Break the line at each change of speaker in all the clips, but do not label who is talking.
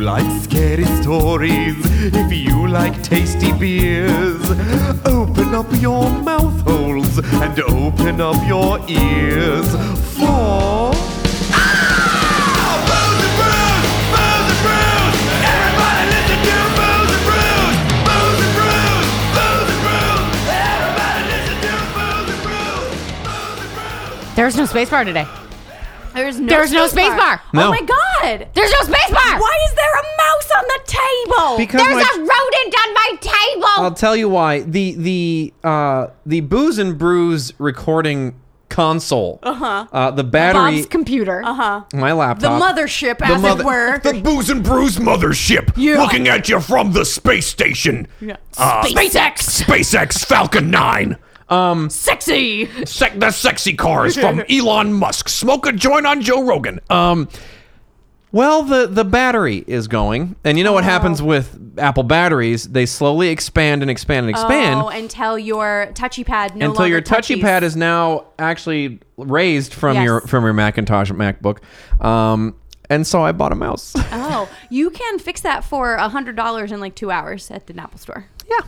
like scary stories, if you like tasty beers, open up your mouth holes and open up your ears for.
There's no space bar today.
There's no
There's no space bar.
Oh
No.
my god.
There's no space bar.
Why is there a mouse on the table?
Because
There's
my-
a rodent on my table.
I'll tell you why. The the uh the booze and brews recording console. Uh-huh. Uh the battery
Bob's computer. Uh huh.
my
Uh-huh. the
laptop.
mothership,
The
as
mother-
it were.
The Booze and Brews mothership
Yeah.
looking at you from the space station. Uh,
SpaceX,
SpaceX Falcon 9.
sexy.
Sec- the sexy cars from Elon Musk. Smoke a joint on Joe Rogan. Um,
Well, the the battery is going. And you know what happens with Apple batteries? They slowly expand and expand and expand
Oh, until your touchy pad no
until your
longer touches.
touchy pad is now actually raised from
Yes.
your from your Macintosh or MacBook. Um and so I bought a mouse.
Oh, you can fix that for a hundred dollars in like two hours at the Apple store.
yeah.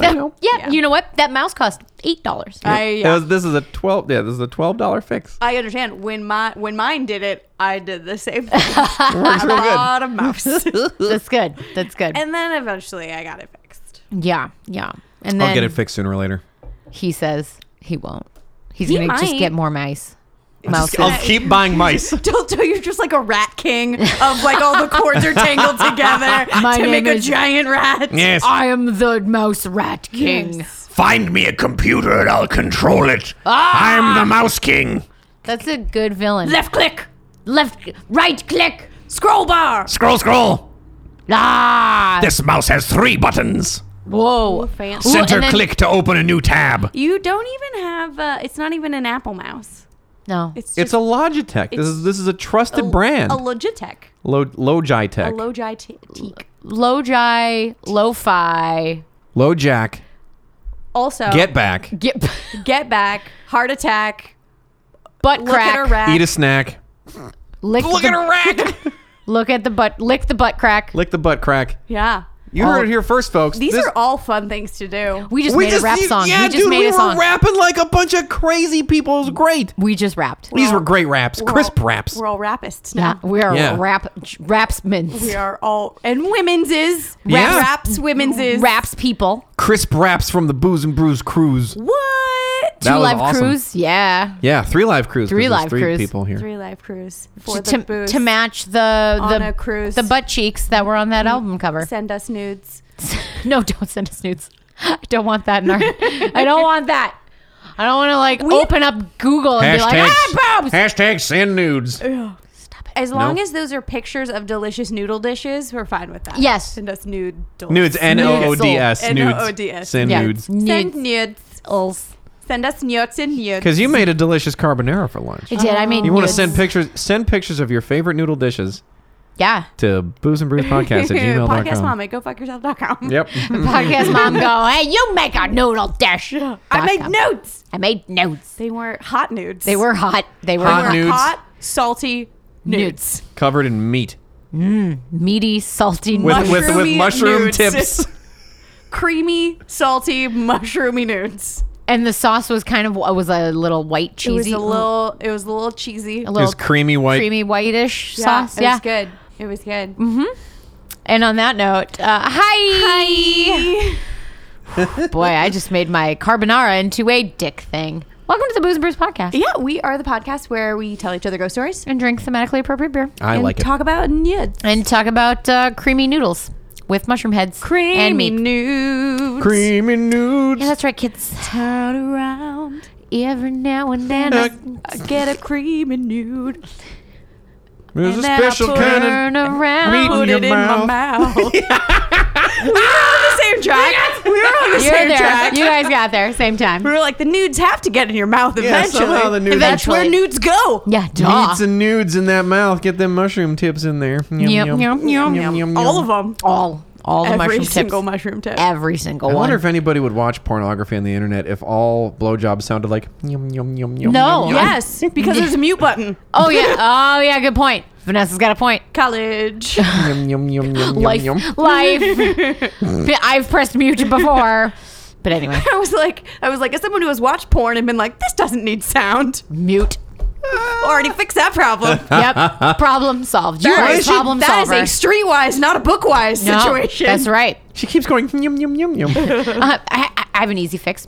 I know.
yeah,
Yeah.
You know what? That mouse cost eight dollars.
I
It was- this is a twelve. Yeah, this is a twelve dollar fix.
I understand when my when mine did it, I did the same thing.
Works real good.
Bought a mouse,
That's good. That's good.
and then eventually I got it fixed.
yeah, yeah. And then
I'll get it fixed sooner or later.
he says he won't. He's
He
gonna just
might.
get more mice. Mouse.
I'll keep buying mice.
Don't tell you're just like a rat king of like all the cords are tangled together
My
to
name
make
is-
a giant rat.
yes.
I am the mouse rat king.
Find me a computer and I'll control it.
Ah!
I'm the Mouse King.
That's a good villain.
Left click,
left, right click.
scroll bar.
Scroll, scroll.
Ah.
This mouse has three buttons.
Whoa.
fancy.
Ooh, and
Center
then-
click to open a new tab.
You don't even have. Uh, it's not even an Apple mouse.
No.
It's just
It's a Logitech. This is this is a trusted brand.
a Logitech,
Lo-
a
Logitech.
Logitech.
Logi, lo-fi.
Lojack.
Also,
Get back.
Get
get back, heart attack,
butt
look
crack.
at a rat.
Eat a snack.
Lick the,
rack.
Look at the butt. Lick the butt crack.
Lick the butt crack.
Yeah.
You heard it here first, folks.
These
This-
are all fun things to do.
We just
we
made
just
a rap
you-
song.
Yeah,
we just
dude,
made
we
a
were
song.
rapping like a bunch of crazy people. It was great.
we just rapped.
These were great raps,
We're
crisp
all-
raps.
We're all rapists
yeah,
now.
we are
Yeah.
rap
We
rapsmans.
are all and women's is
Yeah.
raps women's is
Raps people.
Crisp raps from the Booze and Brews cruise.
what
That
Two
was
live
awesome.
crews. Yeah.
Yeah, three live crews. 'cause
Three
there's
live
three
crews.
people here.
three live crews for
to,
the booze
to match the
on
the
a cruise.
the
Mm.
butt cheeks that were on that album cover.
Send us nudes.
no, don't send us nudes. I don't want that in our. I don't want that. I don't want to like open up Google and be like, ah, boobs.
hashtag send nudes.
As long as those are pictures of delicious noodle dishes, we're fine with that.
Yes.
Send us nude
Nudes. N O O D S.
Nudes.
Nudes.
N-O-O-D-S.
Send
Yeah.
nudes.
Send
Nudes.
nudes.
Ulls.
Send us nudes and nudes.
Because you made a delicious carbonara for lunch.
I did. I made.
You want to
nudes.
send pictures? Send pictures of your favorite noodle dishes
Yeah.
to booze and brews podcast at gmail.com.
Podcast mom at gofuckyourself.com.
Yep.
Podcast mom go. Hey, you make a noodle dish.
I made nudes.
I made nudes.
They weren't hot nudes.
They were hot. They were
Hot
hot.
They were
nudes.
hot, salty nudes.
Covered in meat
meaty, salty.
with
nudes.
with with
Mushroomy
mushroom
nudes.
tips.
creamy, salty, mushroomy nudes.
and the sauce was kind of it was a little white
It was
cheesy. Oh.
a little. It was a little cheesy.
a
It
little
was creamy white.
creamy whitish sauce.
it
Yeah. Mm-hmm.
was good. It was good.
And on that note, uh, hi.
Hi.
Boy, I just made my carbonara into a dick thing. Welcome to the Booze and Brews podcast.
Yeah, we are the podcast where we tell each other ghost stories
And drink thematically appropriate beer.
I
and
like it.
talk about nudes.
And talk about uh, creamy noodles with mushroom heads
Creamy
and meat.
nudes.
Creamy nudes.
yeah, that's right, kids.
Turn around,
Every now and then, I
I get a creamy nude,
There's a
and then I
special
put
kind
turn around.
meat.
put
your
it in my
mouth.
mouth. we were on the same track. We were on the
You're
same
there.
track.
You guys got there same time.
We were like, the nudes have to get in your mouth eventually.
somehow the nudes-
And that's where
Eventually.
nudes go.
Yeah,
of
duh.
meats and nudes in that mouth. Get them mushroom tips in there. Yum,
Yum, yum,
yum. Yum,
yum.
yum, yum,
All
yum.
of them.
All, all the
Every
mushroom
single
tips.
mushroom tip.
Every single
I
one.
wonder if anybody would watch pornography on the internet if all blowjobs sounded like yum yum yum yum.
No.
yum, yum.
Yes, because there's a mute button.
oh yeah. Oh yeah. Good point. Vanessa's got a point.
College.
Yum, yum, yum, yum,
Life,
yum, yum.
life. I've pressed mute before, but anyway,
I was like, I was like, as someone who has watched porn and been like, this doesn't need sound.
mute.
Already fixed that problem.
Yep, problem solved. You
That
are a
is-
problem
that is
solver.
a streetwise, not a bookwise
No,
situation.
That's right.
She keeps going yum yum yum yum.
Uh, I, I- I have an easy fix.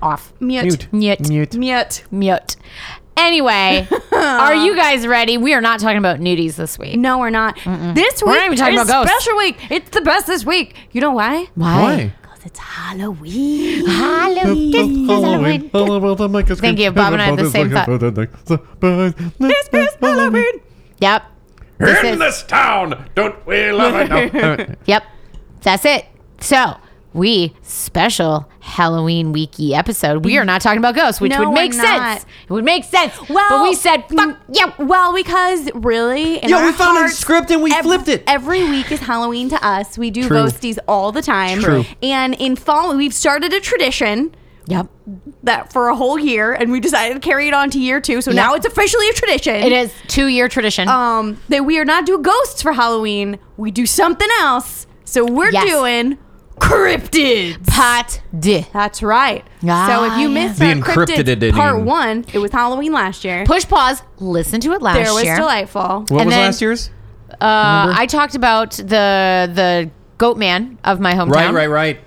Off.
Mute.
Mute.
Mute.
Mute.
Mute. Anyway, are you guys ready? We are not talking about nudies this week.
No, we're not. This week
We're not even talking
is
about ghosts.
special week. It's the best this week. You know why?
Why?
Because it's Halloween.
Halloween. Halloween. Thank you, Bob and I had the same thought.
This
It's Halloween.
Yep. This
In
is-
this town, don't we love it? No.
Yep. That's it. So, we special Halloween weeky episode. We are not talking about ghosts, which
No,
would make
we're not.
sense. It would make sense.
Well, mm,
but we said, fuck
yeah. Well, because really, in
Yo,
our
we found a
hearts,
script and we flipped it.
Every week is Halloween to us. We do
True.
ghosties all the time.
True.
And in fall, we've started a tradition
Yep.
that for a whole year, and we decided to carry it on to year two. So now it's officially a tradition.
It is two year tradition.
um, that we are not doing ghosts for Halloween. We do something else. So we're
Yes.
doing cryptids.
Pot de.
That's right.
Ah,
so if you
yeah.
missed
The
our
encrypted
cryptids
edition.
part one, it was Halloween last year.
Push pause. Listen to it last
there was
year.
delightful.
What
And
was
then-
last year's?
Uh, I talked about the the goat man of my hometown.
Right, right, right.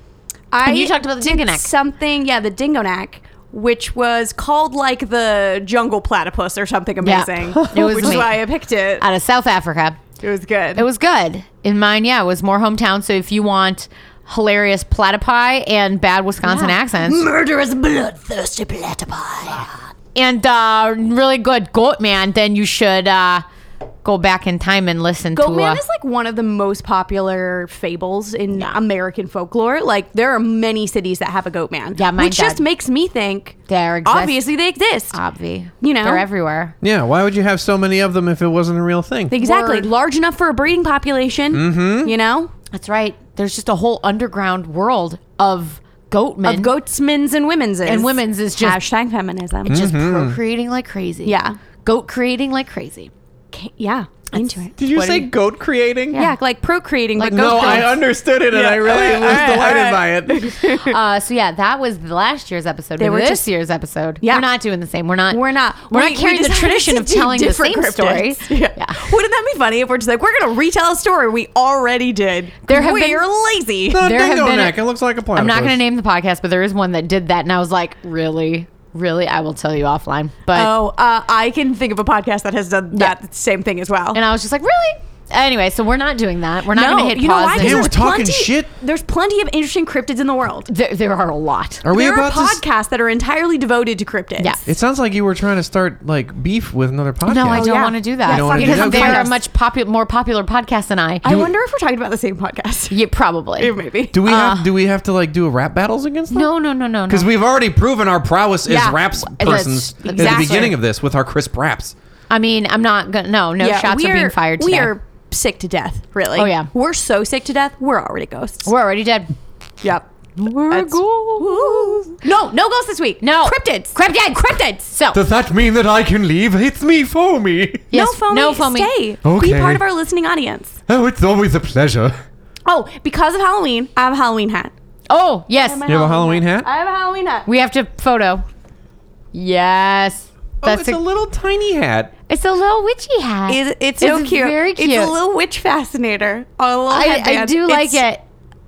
I
you talked about the
did
dingo neck.
Something, yeah, the dingo neck, which was called like the jungle platypus or something
Yeah.
amazing.
It was
which is
amazing.
why I picked it.
Out of South Africa.
It was good.
It was good. In mine, yeah, it was more hometown. So if you want hilarious platypi and bad Wisconsin accents
murderous, bloodthirsty platypus.
and uh, really good goat man, then you should uh, go back in time and listen to.
Goat Man
uh,
is like one of the most popular fables in American folklore. Like there are many cities that have a goat man.
Yeah, mine
which just
died.
makes me think
There exist- Uh,
obviously they exist.
obvi.
You know.
they're everywhere.
Yeah, why would you have so many of them if it wasn't a real thing?
exactly.
Word.
Large enough for a breeding population.
Mm-hmm.
You know?
That's right. There's just a whole underground world of goat men
Of goatsmen's and women's
and women's is just
hashtag feminism.
just procreating like crazy.
Mm-hmm. Yeah.
goat creating like crazy.
Mm-hmm.
Ca- yeah. Into it.
Did you say goat creating?
Yeah, like procreating like
No,
goat
I
girls.
understood it and I really was delighted by it.
Uh, so yeah, that was the last year's episode. They
were
were this
just-
year's episode.
Yeah.
we're not doing the same. We're not.
We're not.
We're
we-
not
we
carrying the
decided
tradition
to
of
do
telling the same
different
story.
cryptids. Yeah. Wouldn't that be funny if we're just like, we're going to retell a story we already did?
There have been-
we're lazy.
No,
There have
dingo
been a-
neck. it looks like a platypus.
I'm not going to name the podcast, but there is one that did that, and I was like, really, really, I will tell you offline. But
Oh, uh, I can think of a podcast that has done that same thing as well.
and I was just like, really. Anyway, so we're not doing that. We're not
no,
going to hit
you know
pause.
why? 'Cause
and-
Damn,
there's
we're talking
plenty,
shit.
There's plenty of interesting cryptids in the world.
there, there are a lot.
Are we
there are
about to? s-
podcasts that are entirely devoted to cryptids.
Yeah.
It sounds like you were trying to start like beef with another podcast.
No, I don't
yeah.
want to do that
You
don't wanna do
because
that?
they're a
Okay.
much popu- more popular podcast than I.
I wonder if we're talking about the same podcast.
yeah, probably.
Maybe.
Do we have? Do we have to like do a rap battles against them?
Uh. No, no, no, no, no.
Because we've already proven our prowess
Yeah.
as raps
That's-
persons at the
exactly.
beginning of this with our crisp raps.
I mean, I'm not gonna. No, no
Yeah,
shots
we
are being fired. Today.
We are sick to death, really.
Oh, yeah.
We're so sick to death, we're already ghosts.
We're already dead.
yep.
We're
No, no ghosts this week.
No.
Cryptids.
Cryptids.
Cryptids.
So
Does that mean that I can leave? It's me for me.
yes,
no phony.
no foamy.
Stay. Be
Okay.
part of our listening audience.
Oh, it's always a pleasure.
Oh, because of Halloween, I have a Halloween hat.
Oh yes,
You have a Halloween hat.
I have a Halloween hat.
we have to photo. Yes,
oh, it's a, little tiny hat.
it's a little witchy hat.
It- it's so cute.
Very cute.
It's a little witch fascinator. on a little
I, I
headband.
do like
It's-
it.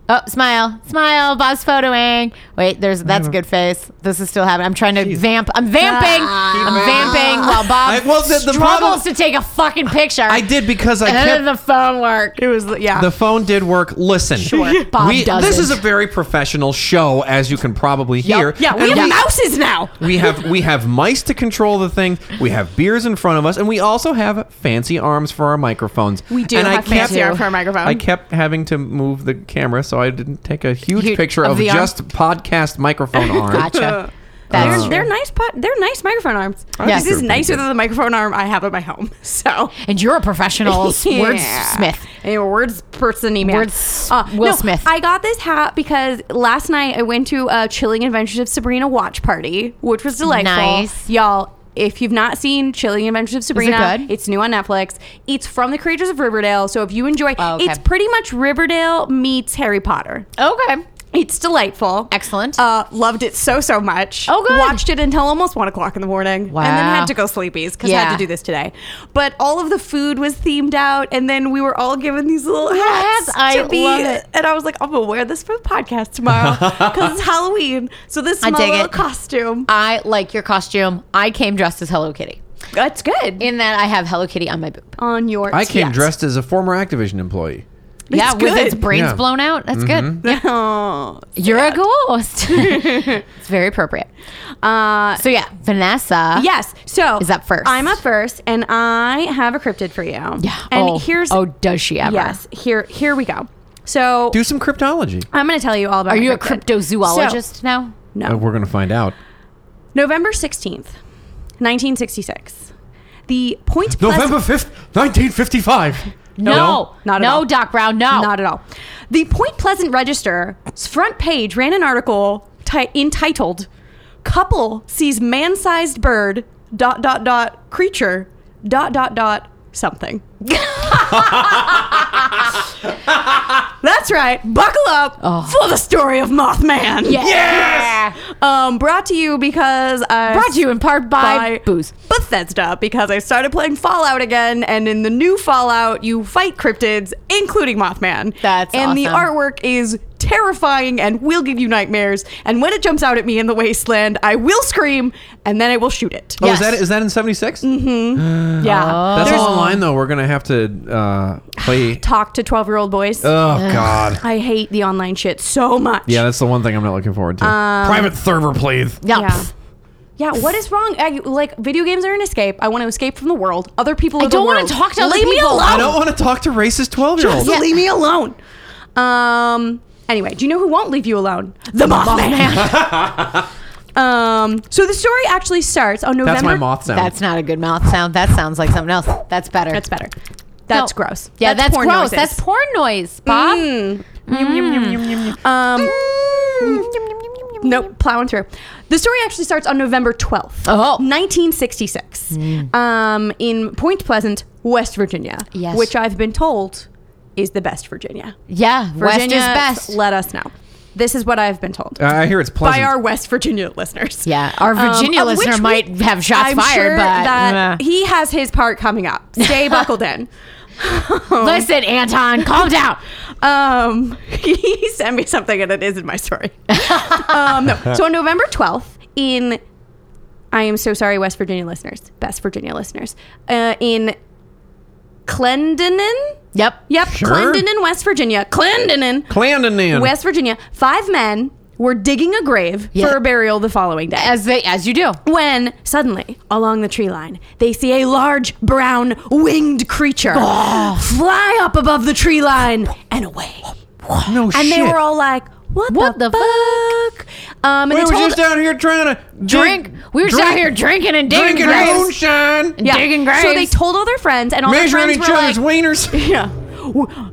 Oh, smile, smile, Bob's photoing. Wait, there's that's a good face. This is still happening. I'm trying to vamp. I'm vamping. I'm vamping while Bob
I- well, the- the
struggles
problem-
to take a fucking picture.
I did because I
and
kept
then the phone work.
It was yeah.
the phone did work. Listen,
Sure, Bob
we,
doesn't.
this is a very professional show, as you can probably hear.
yeah, we
And
have mouses now.
We have we have mice to control the thing. We have beers in front of us, and we also have fancy arms for our microphones. We
do
and
have fancy arm for our microphone.
I kept having to move the camera, so I didn't take a huge
Huge-
picture
of
of,
the arm.
just podcast microphone arm.
Gotcha.
They're,
That's true.
they're nice. Pot, they're nice microphone arms.
Yes.
This is nicer than the microphone arm I have at my home. So
and you're a professional wordsmith.
A words person email. Uh,
Words- Will Smith.
I got this hat because last night I went to a Chilling Adventures of Sabrina watch party, which was delightful.
Nice.
Y'all, If you've not seen Chilling Adventures of Sabrina,
good?
it's new on Netflix. It's from the creators of Riverdale. So if you enjoy,
Oh, okay.
it's pretty much Riverdale meets Harry Potter.
Okay.
It's delightful.
Excellent.
Uh, loved it so so much.
Oh, good.
Watched it until almost one o'clock in the morning,
Wow.
and then had to go sleepies because I had
Yeah.
to do this today. But all of the food was themed out, and then we were all given these little
Yes,
hats
I
to be.
love it.
And I was like, I'm gonna wear this for the podcast tomorrow because it's Halloween. So this is
I
my
dig
little
it. Uh,
costume.
I like your costume. I came dressed as Hello Kitty.
That's good.
In that I have Hello Kitty on my boob.
on your
I came
yes.
dressed as a former Activision employee.
yeah, with
good.
its brains
Yeah.
blown out. That's good. Yeah.
Oh,
You're a ghost. it's very appropriate.
uh,
So yeah, Vanessa.
yes. So
Is up first.
I'm up first, and I have a cryptid for you.
Yeah.
And
oh,
here's
Oh, does she ever?
yes. Here here we go. So
Do some cryptology.
I'm going to tell you all about.
Are
my
you a
cryptid.
cryptozoologist now?
So, no.
Uh, we're gonna find out.
November 16th, 1966. The Point Pleasant.
fifth, nineteen fifty-five.
No.
Not at
no,
all.
Doc Brown, no.
Not at all. The Point Pleasant Register's front page ran an article ti- entitled "Couple Sees Man-Sized Bird dot dot dot Creature dot dot dot Something." That's right. Buckle up
Oh.
for the story of Mothman.
Yeah. Yes!
Um, brought to you because I
Brought to you in part by,
by
booze.
Bethesda because I started playing Fallout again, and in the new Fallout, you fight cryptids, including Mothman.
That's
and the
awesome.
artwork is terrifying and will give you nightmares. And when it jumps out at me in the wasteland, I will scream and then I will shoot it.
Oh,
Yes.
is that is that in '76?
Mm-hmm.
Oh.
Yeah,
That's all online though. We're gonna have to uh, play.
talk to twelve-year-old boys.
Oh God.
I hate the online shit so much.
Yeah, that's the one thing I'm not looking forward to.
Um,
Um,
Private Thurber, please.
No.
Yeah. Yeah, what is wrong? I, like, video games are an escape. I want to escape from the world. Other people. Are
I
the
don't wanna
world.
talk to other
Leave
people.
Me alone.
I don't want to talk to racist twelve-year-olds.
Just
Yeah.
leave me alone. Um. Anyway, do you know who won't leave you alone? The Mothman. um. So the story actually starts on November.
That's my moth sound.
That's not a good mouth sound. That sounds like something else. That's better.
That's better. That's
No.
gross.
Yeah, that's,
porn
gross.
noises. Mm.
That's porn noise, Bob. Mm.
um. Nope, plowing through. The story actually starts on November 12th,
Oh. Mm.
1966, um, in Point Pleasant, West Virginia,
Yes.
which I've been told is the best Virginia.
Yeah, West
Virginia,
is best.
Let us know. This is what I've been told.
Uh, I hear it's pleasant.
by our West Virginia listeners. Um,
Yeah, our Virginia
of which
listener
we-
might have shots
I'm
fired,
sure
but-
that
Yeah.
he has his part coming up. Stay buckled in.
Listen, Anton, calm down.
Um, he sent me something, and it isn't my story. um, no. So on November twelfth, in I am so sorry, West Virginia listeners, best Virginia listeners, uh, in Clendenin.
Yep.
Yep,
Sure.
Clendenin, West Virginia. Clendenin.
Clandonin.
West Virginia, five men were digging a grave
Yeah.
for a burial the following day.
As they, as you do.
when suddenly, along the tree line, they see a large brown winged creature fly up above the tree line and away.
no
And they were all like, "What,
What
the,
the
fuck?" Um, and
we
they
were
told-
just out here trying to
Drink. We were just out
drink-
here drinking and digging
drinking
graves.
moonshine,
yeah.
digging
So they
graves.
told all their friends, and all
measuring
their
each
friends were
other's
like,
wieners.
"Yeah."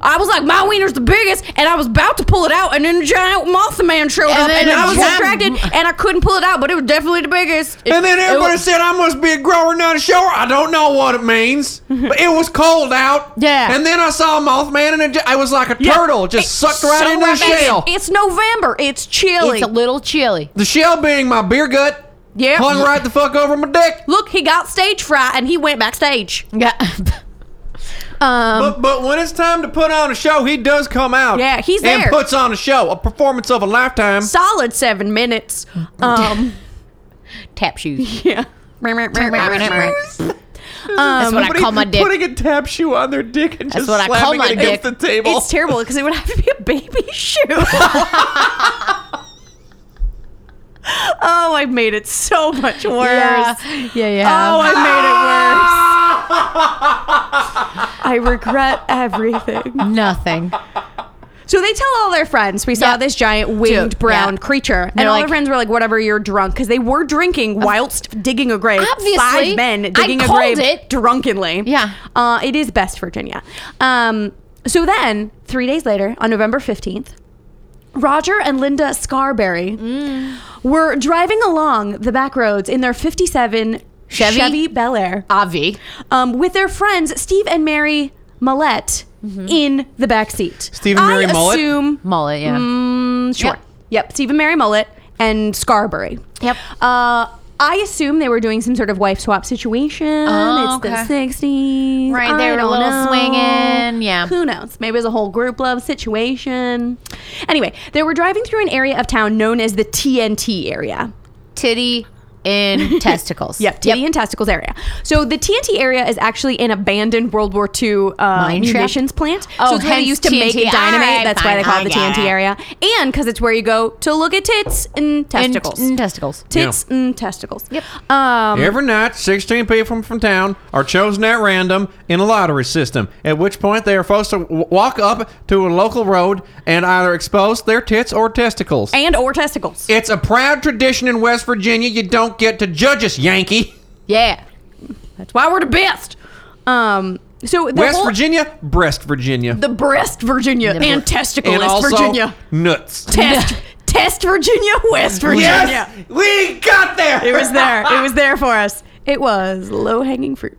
I was like, my wiener's the biggest, and I was about to pull it out, and then a giant Mothman showed up,
then
and
a
I was
giant-
distracted, and I couldn't pull it out, but it was definitely the biggest. It-
And then
it
everybody
was-
said I must be a grower, not a shower. I don't know what it means, but it was cold out.
Yeah.
And then I saw a Mothman, and it, ju- I was like a turtle, just sucked right
so
into the
right back in.
shell.
It's November. It's chilly.
It's a little chilly.
The shell being my beer gut.
Yeah.
Hung right the fuck over my dick.
Look, he got stage fright and he went backstage.
Yeah.
Um,
But, but when it's time to put on a show, he does come out.
Yeah, he's
and
there.
puts on a show, a performance of a lifetime.
solid seven minutes. Um,
Tap shoes.
yeah.
That's what I
Somebody
call my dick.
Putting a tap shoe on their dick and just
what I call
slamming
my
it against
dick.
the table.
It's terrible because it would have to be a baby shoe. oh, I made it so much worse.
Yeah. Yeah, yeah.
Oh, I
Oh,
made it worse. I regret everything.
Nothing.
So they tell all their friends we saw
Yeah.
this giant winged
Dude,
brown
yeah.
creature, and
They're
all
like-
their friends were like, "Whatever, you're drunk," because they were drinking whilst digging a grave.
Obviously,
five men
I
digging a
called
grave
it.
drunkenly.
Yeah.
uh, it is best Virginia. Um, so then, three days later, on November fifteenth, Roger and Linda
Mm.
Scarberry were driving along the back roads in their '57
Chevy,
Chevy Bel Air
Avi.
um, with their friends Steve and Mary Millette
Mm-hmm.
in the back seat.
Steve and Mary Mm-hmm.
I
Millett?
assume
Mullet, yeah.
Mm, sure.
Yep.
Yep. Steve and Mary Mullet and Scarberry.
Yep.
Uh, I assume they were doing some sort of wife swap situation.
Oh,
it's
okay.
the sixties.
Right, they were a little swinging, yeah.
Who knows? Maybe it was a whole group love situation. Anyway, they were driving through an area of town known as the TNT area.
Titty in testicles.
Yep, titty and testicles area. So the TNT area is actually an abandoned World War II uh,
Mine shaft?
munitions plant.
Oh,
so it's where they
hence
used to make
TNT.
the dynamite.
Alright,
That's
fine,
why they call
I
it the
get
TNT
it.
area, and because it's where you go to look at tits and
And-
testicles.
and testicles.
tits and testicles.
Yep.
Um,
Every night, 16 people from, from town are chosen at random in a lottery system, at which point they are forced to w- walk up to a local road and either expose their tits or testicles.
and or testicles.
it's a proud tradition in West Virginia. You don't get to judge us, Yankee.
Yeah.
That's why we're the best. Um, so the
West
whole,
Virginia, breast Virginia.
the breast Virginia,
The
and
bre-
testicleless
and also
Virginia.
nuts.
Test, test Virginia, West Virginia.
Yes! We got there!
It was there. It was there for us. It was low hanging fruit.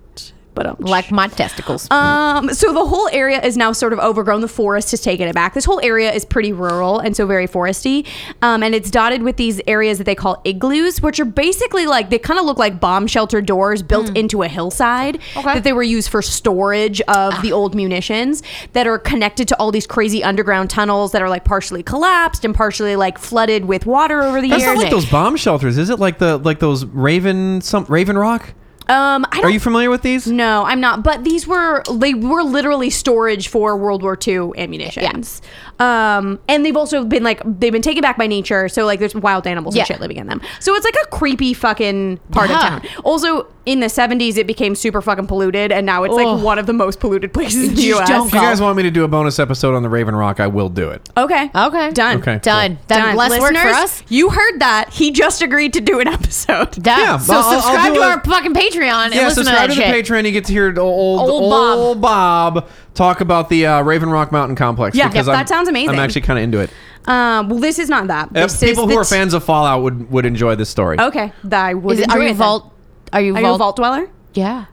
But um,
Like my testicles.
Um, so the whole area is now sort of overgrown. The forest has taken it back. This whole area is pretty rural and so very foresty. Um, and it's dotted with these areas that they call igloos, which are basically like they kind of look like bomb shelter doors built
Hmm.
into a hillside that they were used for storage of the old munitions that are connected to all these crazy underground tunnels that are like partially collapsed and partially like flooded with water over the
That's
years.
not like those bomb shelters, is it? Like the like those Raven some Raven Rock?
um, I don't
Are you familiar with these?
No, I'm not. But these were they were literally storage for World War II ammunitions. Um, and they've also been like they've been taken back by nature, so like there's wild animals
Yeah.
and shit living in them. So it's like a creepy fucking part
Yeah.
of town. Also, in the 70s, it became super fucking polluted, and now it's
Ugh.
like one of the most polluted places in the
Just
U.S.
don't
If you
go.
guys want me to do a bonus episode on the Raven Rock, I will do it.
Okay.
Okay.
Done.
Okay.
Done.
cool.
Done. Less work for
Listeners,
us.
You heard that. He just agreed to do an episode.
Done.
Yeah,
so
I'll- I'll
subscribe
do
to
a-
our fucking Patreon and
yeah,
listen to
subscribe
that
to, the
shit.
Patreon. You get to hear old old,
Old Bob.
Bob talk about the uh, Raven Rock Mountain Complex.
Yeah,
because
yep, that
I'm-
sounds amazing.
I'm actually kind of into it.
Um, well, this is not that.
Uh,
This is
people who
the
are
t-
fans of Fallout would would enjoy this story.
Okay. That I would.
Is it-
enjoy
are
it
you
then.
vault? Are you
Are
vault?
you a vault dweller?
Yeah.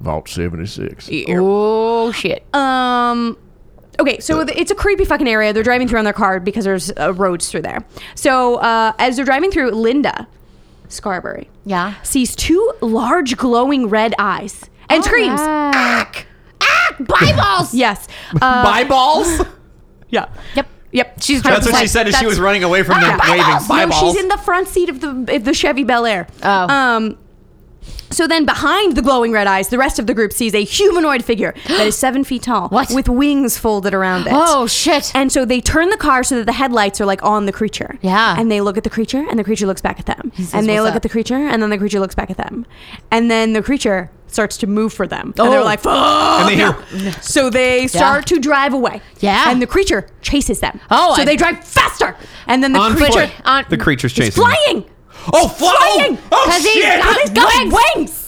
Vault 76.
Oh shit.
Um. Okay, so th- it's a creepy fucking area. They're driving through on their car because there's uh, roads through there. So uh, as they're driving through, Linda Scarberry
Yeah.
sees two large glowing red eyes and
Oh,
screams,
Ah. Ack. Ack. Bibles.
"Yes, uh,
Eyeballs?
yeah,
Yep.
yep."
She's
That's what she
like-
said as
that's-
she
Ah,
was running away from them, waving
No,
eyeballs.
she's in the front seat of the of the Chevy Bel Air.
Oh.
Um, so then, behind the glowing red eyes, the rest of the group sees a humanoid figure that is seven feet tall,
What?
with wings folded around it.
Oh shit.
And so they turn the car so that the headlights are like on the creature.
Yeah.
And they look at the creature and the creature looks back at them.
says,
and they
"What's
look
up?"
at the creature and then the creature looks back at them. And then the creature starts to move for them. And they're
Oh.
like, fuck.
And they hear-
no." So they start to drive away.
Yeah.
And the creature chases them.
Oh,
So
I-
they drive faster. And then the
On
creature
foot.
on-
the creature's
is
chasing. them.
flying.
Oh, flying!
Flying.
Oh,
Because he's
shit!
got-
He's got
Wings.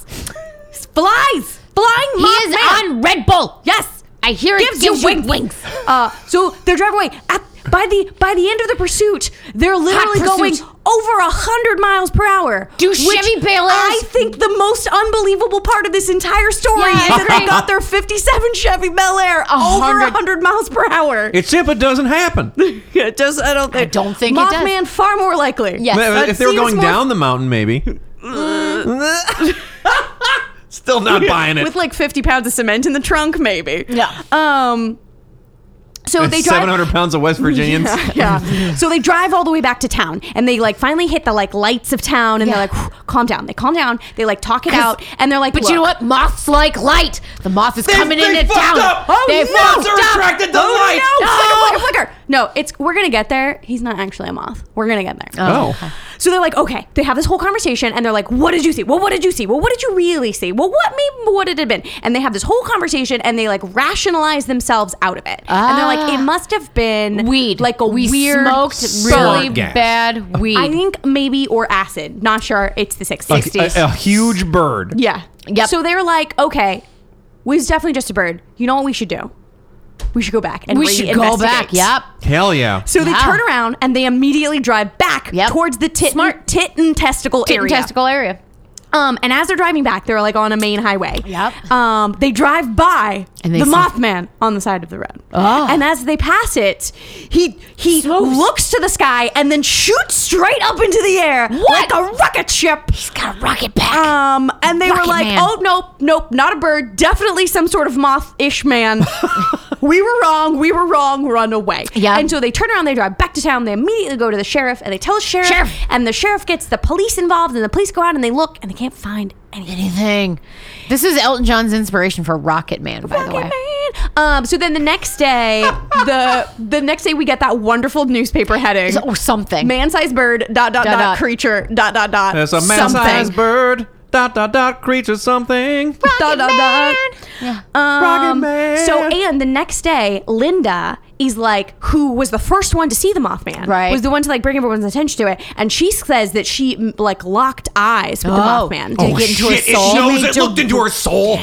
wings. Flies. Flying
he is
Mothman.
on Red Bull.
Yes.
I hear it
gives you wings. Uh, so they're driving away. At, by the by the end of the pursuit, they're literally going
pursuit.
over a hundred miles per hour.
Do
which
Chevy Bel Airs-
I think the most unbelievable part of this entire story
Yeah, I
is that
agree.
they got their '57 Chevy Bel Air over a
hundred-
hundred miles per hour.
It simply doesn't happen.
Yeah, just I don't think.
don't think it does.
Mothman far more likely.
Yes.
If- if they were
seems
going
more-
down the mountain, maybe. Still not buying it.
With like 50 pounds of cement in the trunk, maybe.
Yeah.
Um. So they drive.
Seven hundred pounds of West Virginians.
yeah. So they drive all the way back to town, and they like finally hit the like lights of town, and
Yeah.
they're like, "Whew, calm down. They calm down. They like talk it
'Cause-
out, and they're like,
But you know what? Moths like light. The moth is coming
they
into
fucked
town.
up. Oh,
they
no.
fucked
They're
up.
attracted to
oh,
light.
No.
No, flicker, flicker, flicker. No, it's we're gonna get there. He's not actually a moth. We're gonna get there.
Oh.
So they're like, okay. They have this whole conversation, and they're like, what did you see? Well, what did you see? Well, what did you really see? Well, what maybe what it had been? And they have this whole conversation, and they like rationalize themselves out of it. And they're like,
Ah.
it must have been
Weed.
like a
we
weird
smoked
smoke.
really
gas.
bad weed.
I think maybe or acid. Not sure. It's the 60s.
A, a huge bird.
Yeah.
Yep.
So they were like, okay, we was definitely just a bird. You know what we should do? We should go back and
we should go back.
reinvestigate.
Yep.
Hell yeah.
So they
Yeah.
turn around and they immediately drive back
Yep.
towards the tit,
Smart.
tit and testicle
Tit
area.
and testicle area.
Um, and as they're driving back, they're like on a main highway.
Yep.
Um, they drive by
And they
the
see-
Mothman on the side of the road.
Ah.
And as they pass it, he he looks to the sky and then shoots straight up into the air like a rocket ship.
He's got a rocket back.
Um, and they were
Rocket
like,
Man.
"Oh nope, nope, not a bird. Definitely some sort of moth-ish man. we were wrong. We were wrong. Run away."
Yeah.
And so they turn around. They drive back to town. They immediately go to the sheriff and they tell the sheriff,
Sheriff.
And the sheriff gets the police involved. And the police go out and they look and they can't find anything.
Anything. This is Elton John's inspiration for Rocket Man, by the way.
Rocket Man. Um, so then the next day, the the next day we get that wonderful newspaper heading.
So- Or oh, something.
Man-sized bird, dot, dot, dot,
dot.
creature, dot, dot, dot.
There's a
something.
man-sized bird. Dot dot dot creature something.
Dot, dot, dot.
Yeah.
Um,
Man.
So, and the next day, Linda is like, who was the first one to see the Mothman?
Right.
Was the one to like bring everyone's attention to it, and she says that she m- like locked eyes with the
Oh.
Mothman.
Did it get into her
Shit, it
soul?
knows
Made
it
to-
looked into her soul.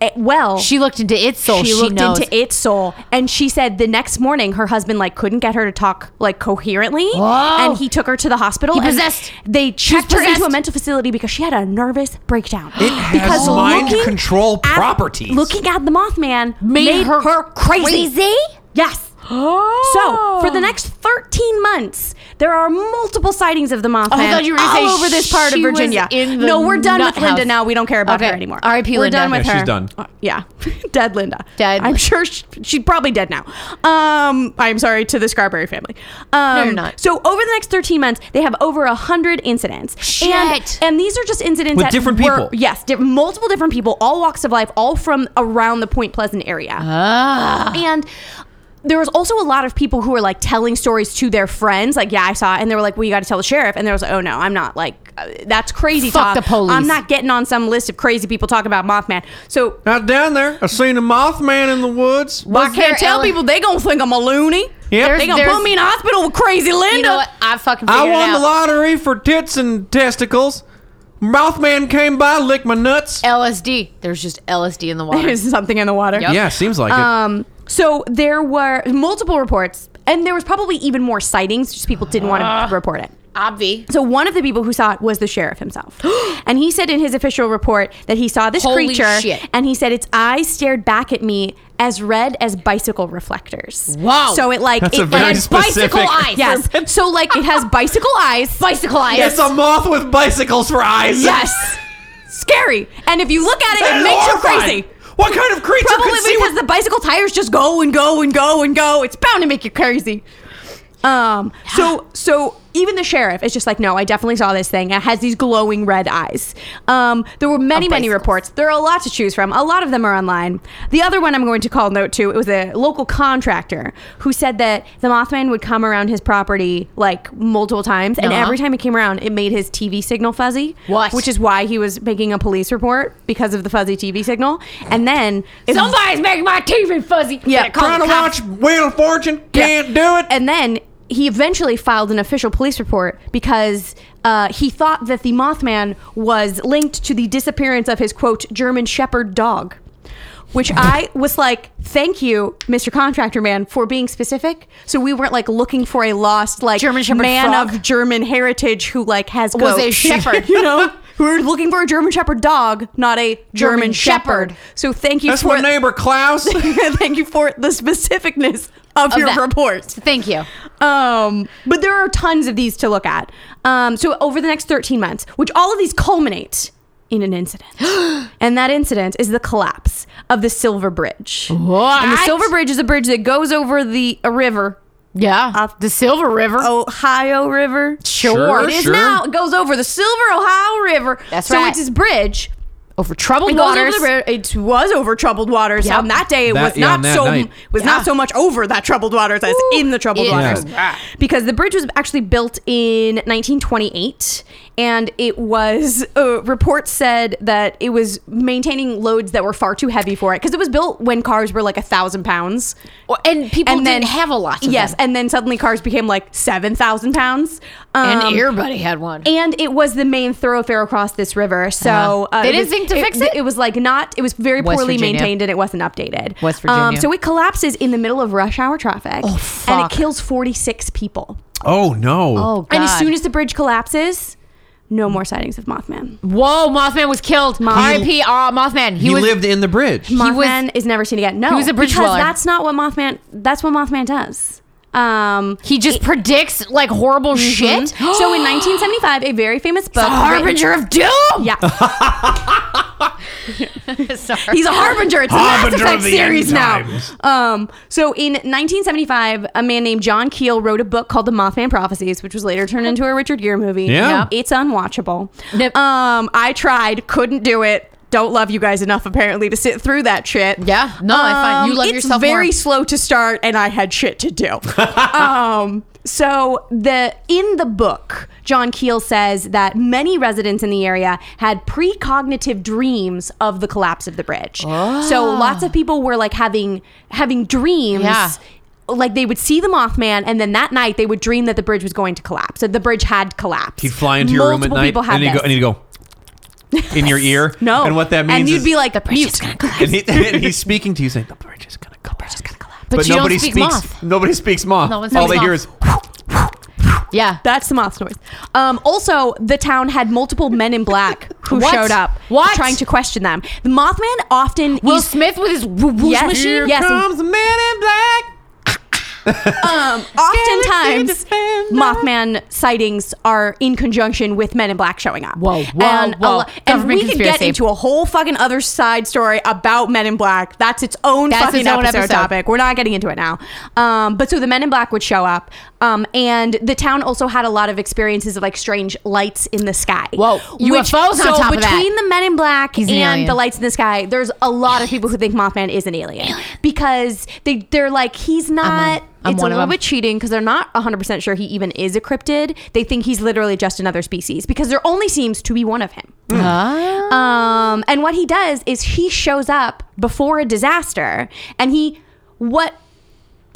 Eh, well,
She looked into its soul. She,
she looked
knows.
into its soul and she said the next morning her husband like couldn't get her to talk like coherently
Whoa.
and he took her to the hospital
He
and
possessed.
they checked her into
possessed.
a mental facility because she had a nervous breakdown it
has mind control properties.
looking at the mothman made,
Made
her,
her
crazy.
crazy?
yes so for the next 13 months there are multiple sightings of the mothman
Oh, thought you were gonna
all
say
over this part of
she was
virginia
in the
no we're done with
nut
linda
house.
now we don't care about
Okay.
her anymore
R.I.P.
we're
Linda.
done with
Yeah,
her
she's done.
uh, yeah, dead Linda.
Dead
I'm
Linda.
sure she, she's probably dead now. Um, I'm sorry to the Scarberry family. Um,
you're not.
So over the next 13 months, they have over hundred incidents. And,
Shit.
and these are just incidents
With
that
different
were-
people.
yes, di- multiple different people, all walks of life, all from around the Point Pleasant area.
Oh. Uh-huh.
And. There was also a lot of people who were like telling stories to their friends, like, "Yeah, I saw," it. and they were like, "Well, you got to tell the sheriff." And they was like, "Oh no, I'm not like, uh, that's crazy
Fuck
talk.
the police.
I'm not getting on some list of crazy people talking about Mothman." So
Now down there, I seen a Mothman in the woods.
well, I
Was there
can't tell
ele-
people they gonna think I'm a loony.
Yep.
They
There's-
gonna put
there's-
me in a hospital with crazy Linda.
You know what? I fucking figured
I
it
won the
out.
lottery for tits and testicles. Mothman came by, licked my nuts.
LSD. There's just LSD in the water.
There's something in the water.
Yeah, seems like
Um. So there were multiple reports, and there was probably even more sightings. Just people didn't want
Uh.
to report it.
Obvi.
So one of the people who saw it was the sheriff himself, and he said in his official report that he saw this
Holy
creature,
shit.
and he said its eyes stared back at me as red as bicycle reflectors.
Wow.
So it like
That's
it
a very
and
specific-
Bicycle eyes.
Yes. So like it has bicycle eyes.
Bicycle eyes.
it. It's a moth with bicycles for eyes.
Yes. Scary. And if you look at it,
That
it
is
makes you
horrifying.
crazy.
What kind of creature
Probably
could see
because
what?
the bicycle tires just go and go and go and go. It's bound to make you crazy. Um. So so even the sheriff is just like, no, I definitely saw this thing. It has these glowing red eyes. Um. There were many many
bicycles.
reports. There are a lot to choose from. A lot of them are online. The other one I'm going to call note to it was a local contractor who said that the Mothman would come around his property like multiple times, and
Uh-huh.
every time he came around, it made his TV signal fuzzy.
What?
Which is why he was making a police report because of the fuzzy TV signal. And then if-
Somebody's making my TV fuzzy.
Yeah,
Gotta call
Trying
the
to
cops.
watch Wheel of Fortune?
Yeah.
Can't do it.
And then he eventually filed an official police report because uh, he thought that the Mothman was linked to the disappearance of his quote German Shepherd dog. Which I was like, thank you, Mr. Contractor Man, for being specific. So we weren't like looking for a lost like
German Shepherd
man
frog?
of German heritage who like has
Was a
goats,
shepherd.
you know. We're looking for a German Shepherd dog, not a
German
German, shepherd.
Shepherd.
So thank you
That's
for
what neighbor Klaus.
thank you for the specificness of,
Of
your
that.
report.
Thank you.
Um, but there are tons of these to look at. Um, so over the next 13 months, which all of these culminate in an incident. and that incident is the collapse of the Silver Bridge. And the
What?
Silver Bridge is a bridge that goes over the a river,
Yeah.
Uh,
the Silver River.
Oh,
Ohio River.
sure.
It is now it goes over the Silver Ohio River.
That's
so
right.
it's this bridge.
Over troubled
It goes over
waters.
the river. It was over troubled waters.
Yep.
On that day, it
That-
was
yeah,
not
on that
so
night.
was
Yeah.
not so much over that troubled waters as in the troubled
It-
waters,
Yeah.
because the bridge was actually built in 1928, and it was uh, reports said that it was maintaining loads that were far too heavy for it because it was built when cars were like a thousand pounds.
and people didn't have a lot. Of
yes,
them.
and then suddenly cars became like seven thousand pounds. Um,
and everybody had one.
and it was the main thoroughfare across this river. So
Uh, they didn't
was-
think to fix it?
It was like not. It was very
West
poorly
Virginia.
maintained, and it wasn't updated.
West
Um,
Virginia. Oh,
so it collapses in the middle of rush hour traffic, and
fuck.
it kills forty six people.
Oh no.
oh God.
And as soon as the bridge collapses, No more sightings of Mothman.
Whoa, Mothman was killed. R.I.P. Uh, Mothman. He,
He,
was
lived in the bridge.
Mothman is never seen again. No,
he was a bridge
because
dweller.
that's not what Mothman. That's what Mothman does. Um, hmm.
He just predicts like horrible shit.
so in 1975, a very famous book.
a harbinger of doom.
Yeah,
Sorry.
he's a harbinger. It's a Mass
Harbinger of
Effect
the end
series now.
times.
Um, so in 1975, a man named John Keel wrote a book called The Mothman Prophecies, which was later turned into a Richard Gere movie.
Yeah.
it's unwatchable.
Oh. Yep.
Um, I tried, couldn't do it. Don't love you guys enough apparently to sit through that shit.
Yeah. No, I find you
Um,
love
it's
yourself
very
more.
slow to start, and I had shit to do. um, so the in the book, John Keel says that many residents in the area had precognitive dreams of the collapse of the bridge. So lots of people were like having having dreams.
Yeah.
Like they would see the Mothman, and then that night they would dream that the bridge was going to collapse. That the bridge had collapsed.
He'd fly into your room at
Multiple
night
people had
and he'd go,
this.
and he'd go in your ear.
no,
And what that means
and you'd
is,
be like, the bridge
is
is
gonna
going
and, he, and he's speaking to you saying, the bridge is going to collapse.
to collapse.
But
But,
you don't
nobody
speak
speaks.
moth.
Nobody speaks moth.
No one
All
speaks
they hear
moth.
is
yeah.
That's the moth noise. Um, also, the town had multiple men in black who
What?
showed up,
What?
trying to question them. The Mothman often
Will
is-
Smith with his woo woo
Yes.
machine.
Here Yes.
comes the man in black.
oftentimes
Defender.
Mothman sightings are in conjunction with men in black showing up.
Whoa, whoa,
and, a
whoa.
lo- and we
Government
could get
conspiracy.
into a whole fucking other side story about men in black. That's its own
That's
fucking
its own
episode,
episode.
topic. We're not getting into it now. Um, but so the men in black would show up, um, and the town also had a lot of experiences of like strange lights in the sky.
Whoa, UFOs
so
on top of
between
that.
the men in black
He's an
and
alien.
the lights in the sky, there's a lot of people who think Mothman is an alien, because they they're like he's not.
I'm
it's
one
a
of
little
them.
bit cheating because they're not 100% sure he even is a cryptid. They think he's literally just another species because there only seems to be one of him. Hmm.
Ah.
Um, and what he does is he shows up before a disaster and he, what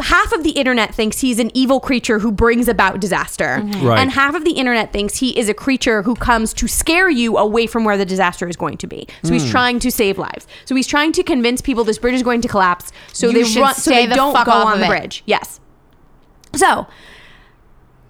half of the internet thinks he's an evil creature who brings about disaster.
Mm-hmm.
Right.
And half of the internet thinks he is a creature who comes to scare you away from where the disaster is going to be. So
Hmm.
he's trying to save lives. So he's trying to convince people this bridge is going to collapse so
You
they
should
run so
stay
they
the
don't
fuck
go
off
on
of
the
it.
bridge. Yes. So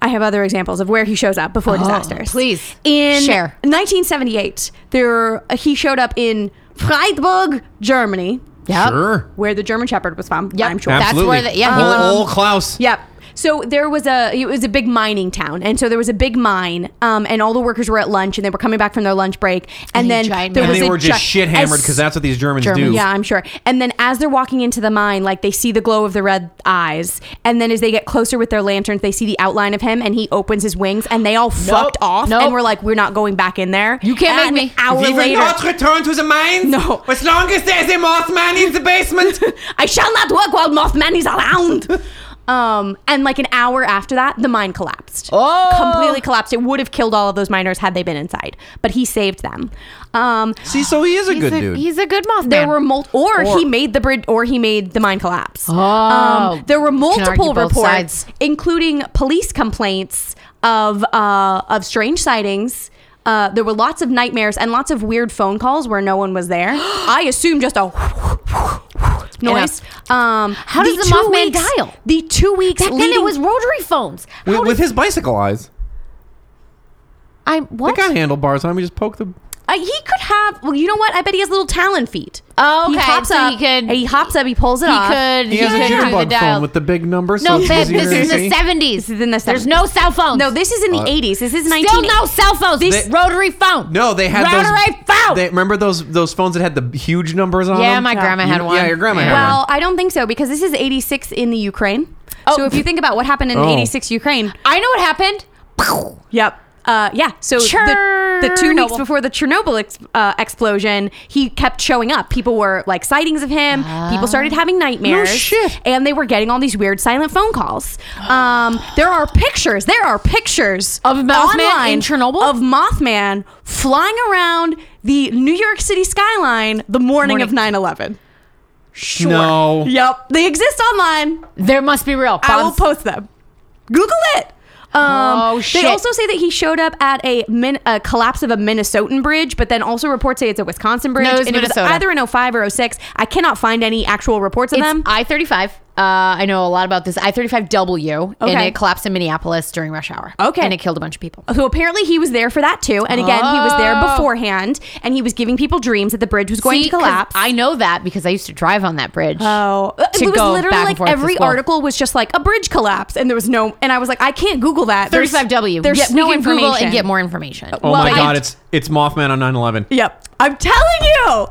I have other examples of where he shows up before disasters.
Oh, please,
in
share.
1978, there uh, he showed up in Freiburg, Germany,
Yep.
Sure.
where the German Shepherd was from.
Yep.
I'm sure.
That's
Absolutely.
where the- yeah, Um, he
Old-
went-
old Klaus.
Yep. So there was a it was a big mining town, and so there was a big mine, um, and all the workers were at lunch, and they were coming back from their lunch break,
And
and
a
then
giant
there
man.
And
was
they
a
were just
gi-
shit hammered
as-
because that's what these Germans,
Germans.
do.
yeah, I'm sure. And then as they're walking into the mine, like they see the glow of the red eyes. And then as they get closer with their lanterns, they see the outline of him and he opens his wings and they all fucked off.
Nope.
And we're like, we're not going back in there.
You can't
and
make me.
An hour
We will
later,
not return to the mines.
No.
As long as there's a Mothman in the basement.
I shall not work while Mothman is around. Um, and like an hour after that, the mine collapsed.
Oh.
Completely collapsed. It would have killed all of those miners had they been inside, but he saved them. Um,
See, so he is a
He's
good
a,
dude.
He's a good Mothman.
There were mul- or,
Or-
he made the bridge, or he made the mine collapse. Oh,
Oh.
there were
You can argue
multiple
both
reports,
sides.
including police complaints of uh, of strange sightings. Uh, there were lots of nightmares and lots of weird phone calls where no one was there. I assume just a noise. Um,
How does the
two
Mothman
weeks-
dial?
The two weeks
Back then
leading
it was rotary phones.
with,
How
with
did,
his bicycle eyes.
I'm what?
They got handlebars on him. You just poke the.
Uh, he could have. Well, you know what? I bet he has little talon feet.
Oh,
He
okay.
hops
So he
up.
could-
and he hops up. He pulls it
He
off.
could.
He, has a
could do the
jitterbug
dial.
phone with the big number.
No,
so it's
babe,
easier
this
to
is
see.
the seventies.
This is in the
There's
70s.
no cell phones.
No, this is in the 80s. This is 19.
still no cell phones.
They-
rotary phone.
No, they had
rotary
those.
phone.
They, remember those those phones that had the huge numbers on them?
Yeah, my grandma had
You-
one.
Yeah, your grandma had
Well,
one.
I don't think so because this is 86 in the Ukraine.
Oh.
So if you think about what happened in
Oh.
86 Ukraine.
I know what happened. Pow.
Yep. Uh, yeah. So the, the two weeks
Chernobyl.
before the Chernobyl ex- uh, explosion, he kept showing up. People were like sightings of him. People
Ah.
started having nightmares.
shit.
And they were getting all these weird silent phone calls. Um, there are pictures. There are pictures
Of Mothman in
online
Chernobyl?
of Mothman flying around the New York City skyline the morning,
Morning.
of 9/11. Sure.
No.
Yep. They exist online.
There must be real.
I will
Bombs.
post them. Google it. Um,
Oh, shit.
They also say that he showed up at a, min- a collapse of a Minnesotan bridge, but then also reports say it's a Wisconsin bridge.
No, it was
and it was oh
Minnesota.
either in 05 or 06. I cannot find any actual reports of
It's
them.
I thirty five. Uh, I know a lot about this I 35W, and
Okay.
it collapsed in Minneapolis during rush hour.
Okay. Oh,
And it killed a bunch of people.
So apparently he was there for that too. And again, he was there beforehand, and he was giving people dreams that the bridge was going
Oh. See,
to
'cause
collapse.
I know that because I used to drive on that bridge.
Oh,
to
it was
go
literally
back and
like
forth to
every
school.
article was just like a bridge collapse, and there was no. And I was like, I can't Google that. There's-
35W.
There's
Get- we
no
can
information.
Google and get more information.
Oh
Well,
my
I-
God, it's it's Mothman on 9/11.
Yep, I'm telling you.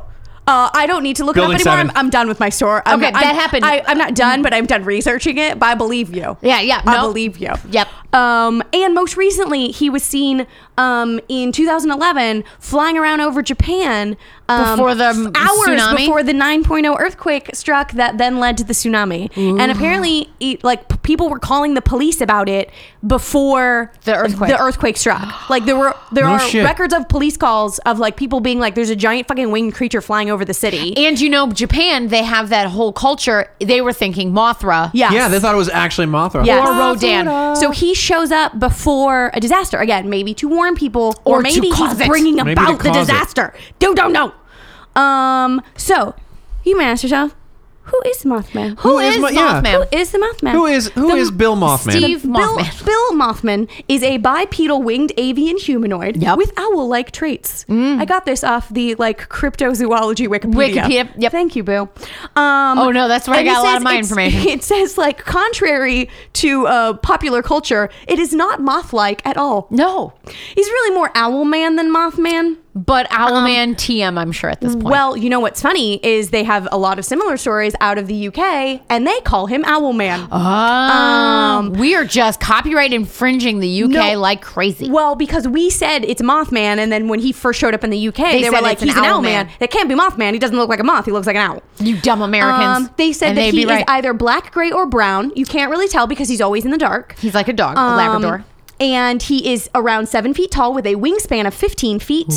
Uh, I don't need to look it up
Building
anymore. I'm,
seven.
I'm done with my store. I'm,
Okay,
I'm-
that happened.
I, I'm not done, but I'm done researching it. But I believe you.
Yeah, yeah,
I
no.
believe you.
Yep.
Um, and most recently, he was seen um, in 2011 flying around over Japan um,
Before the
f- hours
tsunami?
before the 9.0 earthquake struck that then led to the tsunami. And apparently, it, like p- people were calling the police about it before
The earthquake.
The earthquake struck. Like there were there
No
are
shit.
records of police calls of like people being like, "There's a giant fucking winged creature flying over the city."
And you know, Japan, they have that whole culture. They were thinking Mothra.
yes.
Yeah, they thought it was actually Mothra.
Yes.
Or Rodan.
So he shows up before a disaster again, maybe to warn people, or,
Or to
maybe he's
cause it.
bringing
Maybe to
about the
cause it.
disaster. Don't don't know. Um. So you may ask yourself, who is Mothman?
Who is,
Mo- yeah.
Mothman?
Who is the Mothman?
Who is who is
The-
Bill Mothman?
Steve
Bill,
Mothman.
Bill Mothman is a bipedal winged avian humanoid
Yep. Mm.
with owl-like traits. I got this off the like cryptozoology Wikipedia.
Wikipedia, yep.
Thank you, Boo. Um,
Oh, no, that's where I
and
got a
it
lot of
says
my
it's-
information.
It says like contrary to uh, popular culture, it is not moth-like at all.
No.
He's really more owl man than Mothman.
But
Um,
Owlman TM, I'm sure, at this point.
Well, you know what's funny is they have a lot of similar stories out of the UK, and they call him Owl Man.
Oh. um, we are just copyright infringing the UK
No.
like crazy.
Well, because we said it's Mothman, and then when he first showed up in the UK, they,
said
were like,
it's an
"He's an
owl
owl man.
man.
That can't be Mothman. He doesn't look like a moth. He looks like an owl."
you dumb Americans.
Um, they said
And
that
they'd
he
be right.
is either black, gray, or brown. You can't really tell because he's always in the dark.
He's like a dog, a
Um,
Labrador.
And he is around seven feet tall with a wingspan of 15 feet.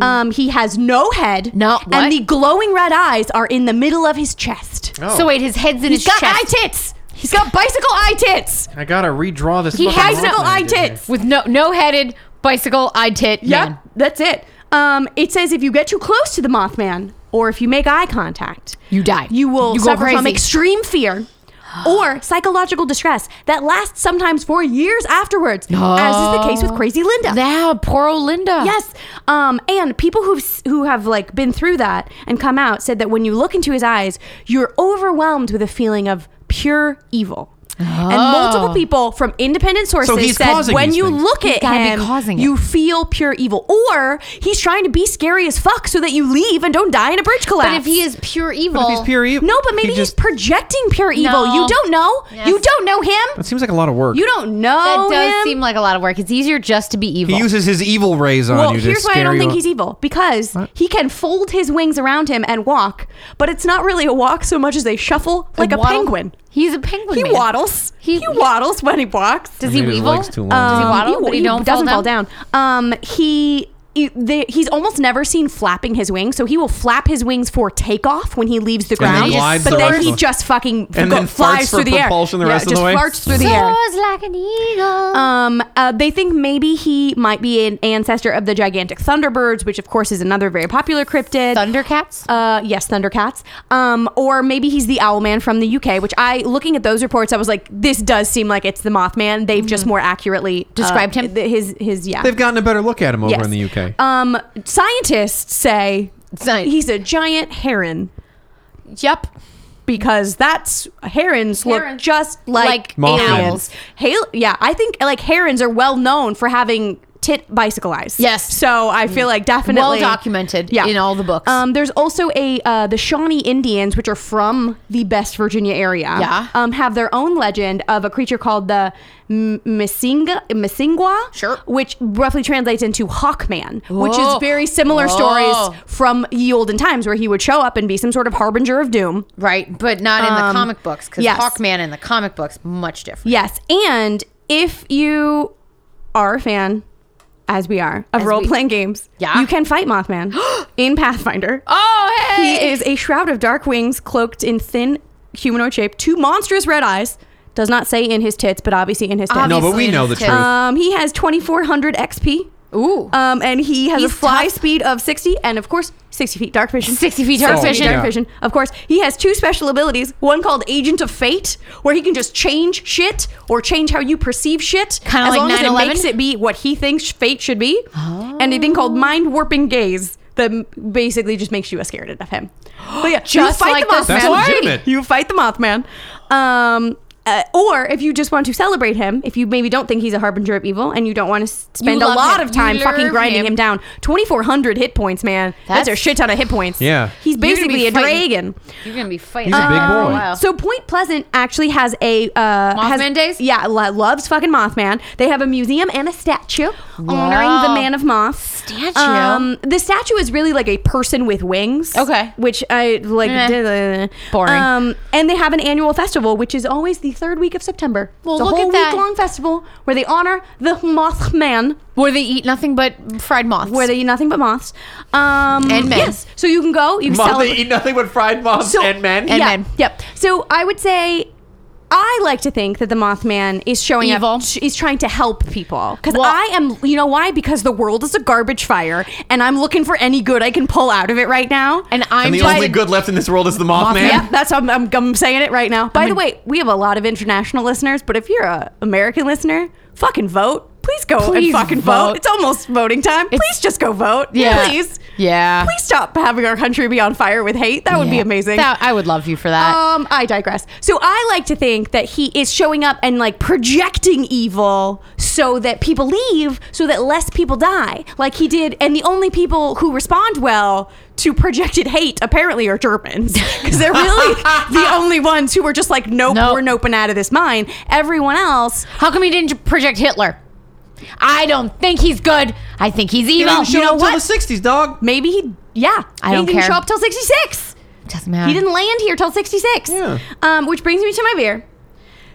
Um, he has no head.
No, what?
And the glowing red eyes are in the middle of his chest.
Oh.
So wait, his head's in
He's
his
got
chest.
eye tits. He's got bicycle eye tits.
I gotta redraw this.
He
fucking
has no
Mothman
eye
dude here.
tits.
with no no headed bicycle eye tit
Yep,
man.
that's it. Um, it says if you get too close to the Mothman or if you make eye contact,
You die.
You will
You go
suffer from
crazy.
extreme fear or psychological distress that lasts sometimes for years afterwards, as is the case with Crazy Linda.
Yeah, poor old Linda.
Yes, um, and people who who have like been through that and come out said that when you look into his eyes, you're overwhelmed with a feeling of pure evil. And
Oh.
multiple people from independent sources
he's
said
causing
when
these
you
things.
look
He's
at
gotta be
him,
causing it.
you feel pure evil. Or he's trying to be scary as fuck so that you leave and don't die in a bridge collapse.
But if he is pure evil,
But if he's pure evil.
no, but maybe
he
he's
just.
projecting pure evil.
No.
You don't know.
Yes.
You don't know
That
him.
seems like a lot of work.
You don't know
that does
Oh, him.
seem like a lot of work. It's easier just to be evil.
he uses his evil rays on
Well,
you. to
here's why I
scare
don't
you.
think he's evil because he can fold his wings around him and walk, but it's not really a walk so much as a shuffle like a
waddle-
penguin.
He's a penguin.
He
man.
waddles.
He-
He, waddles when he walks.
Does he
Maybe his
weevil?
leg's too long.
Does he
Um,
waddle? but he, don't
doesn't
fall
fall
down.
down. Um, he. he- they- he's almost never seen flapping his wings, so he will flap his wings for takeoff when he leaves the
then
ground.
glides
but
the
then
rest
he
of the-
just fucking
And
go-
then farts
flies
for
through the air.
propulsion the
yeah,
rest of
just
the way?
farts through the air.
Soars like an eagle.
Um, uh, they think maybe he might be an ancestor of the gigantic thunderbirds, which of course is another very popular cryptid.
Thundercats.
Uh, yes, Thundercats. Um, or maybe he's the Owlman from the UK, which I, looking at those reports, I was like, this does seem like it's the Mothman. They've just more accurately uh,
Mm-hmm. Described him?
th- his his yeah.
They've gotten a better look at him over
Yes.
in the UK.
Um, scientists say
Science.
he's a giant heron
yep.
because that's herons look
Herons.
just
Like
like,
Mothman.
owls. Hale, yeah, I think like herons are well known for having tit bicycle eyes.
Yes. Mm.
so I feel like definitely
Well documented in all the books.
Um, there's also a uh, the Shawnee Indians, which are from the best Virginia area.
Yeah.
um, have their own legend of a creature called the M- Missinga Missingwa,
Sure.
which roughly translates into Hawkman, which is
Whoa.
very similar
Whoa.
stories from ye olden times, where he would show up and be some sort of harbinger of doom.
Right, but not in the
Um,
comic books because
yes.
Hawkman in the comic books much different.
Yes. And if you are a fan, as we are, of
As
role
we-
playing games,
Yeah.
you can fight Mothman in Pathfinder.
Oh hey!
He is a shroud of dark wings cloaked in thin humanoid shape, two monstrous red eyes. Does not say in his tits, but obviously in his tits.
No, but we
Obviously,
know
in
the
his
truth.
tits.
Um, he has 2,400 XP.
Ooh.
Um, and he has
He's
a fly
tough.
speed of 60, and of course, 60 feet dark vision.
60 feet dark
Oh,
vision.
yeah.
dark vision. Of course, he has two special abilities. One called Agent of Fate, where he can just change shit or change how you perceive shit,
Kinda
as
like
long as it
9/11?
makes it be what he thinks fate should be. And a thing called
Oh.
Mind Warping Gaze that m- basically just makes you scared of him. But yeah,
Just
you fight
like
the
the
Mothman.
That's story. legitimate.
You fight the Mothman. Um, uh, or if you just want to celebrate him, if you maybe don't think he's a harbinger of evil and you don't want to spend a
love
lot
him.
of
You
time fucking
love
grinding him,
him.
down, twenty four hundred hit points, man. That's, a
That's-
shit ton of hit points.
Yeah.
he's
You're gonna be
basically a
fighting-
dragon.
You're going to be fighting.
He's a big
that for
boy.
while.
So Point Pleasant actually has a uh, has-
Mothman days?
Yeah, lo- loves fucking Mothman. They have a museum and a statue honoring the Man of Moth. Um,
Statue?
the statue is really like a person with wings.
Okay.
which I like.
Eh.
duh.
Boring.
Um, and they have an annual festival, which is always the third week of September.
Well,
it's a
look
whole
at that.
week long festival where they honor the Mothman
where they eat nothing but fried moths.
where they eat nothing but moths. Um,
And men.
Yes. So you can go. You can
Moth,
celebrate.
they eat nothing but fried moths
so,
and men.
And
yeah,
men.
Yep. So I would say. I like to think that the Mothman is showing
Evil.
up. sh- Is trying to help people because
Well-
I am. You know why? Because the world is a garbage fire, and I'm looking for any good I can pull out of it right now.
and I'm
and the
just-
only good left in this world is the Mothman.
yeah, that's I'm, I'm, I'm saying it right now. By the way, we have a lot of international listeners, but if you're a American listener, fucking vote. Please go and
Please
fucking vote.
vote.
It's almost voting time. please just go vote.
Yeah.
Please.
Yeah.
Please stop having our country be on fire with hate. That would be
Yeah.
amazing.
That- I would love you for that.
um, I digress. So I like to think that he is showing up and like projecting evil so that people leave, so that less people die, like he did. And the only people who respond well to projected hate apparently are Germans because they're really the only ones who were just like, nope,
Nope.
we're noping out of this mine. Everyone else,
How come he didn't project Hitler? I don't think he's good. I think he's evil.
Oh,
Didn't show
You know
up till
what?
the '60s, dog.
maybe he, yeah,
I
he
don't
didn't
care.
show up till sixty six.
Doesn't matter.
He didn't land here till sixty six.
Yeah.
Um, which brings me to my beer.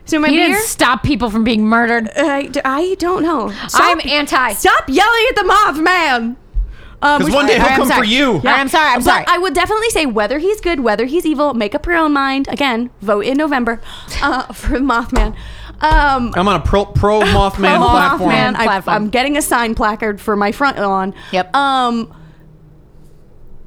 So my
He
beer.
didn't stop people from being murdered.
I, d- I don't know.
I'm anti.
Stop yelling at the Mothman.
Because one day
All
he'll
right, I'm
come for
sorry.
you.
All right, I'm sorry. I'm
but
sorry.
I would definitely say whether he's good, whether he's evil, make up your own mind. Again, vote in November uh, for Mothman. Um,
I'm on a pro pro Mothman
pro
platform.
Mothman. I,
Platform.
I'm getting a sign placard for my front lawn.
Yep.
Um,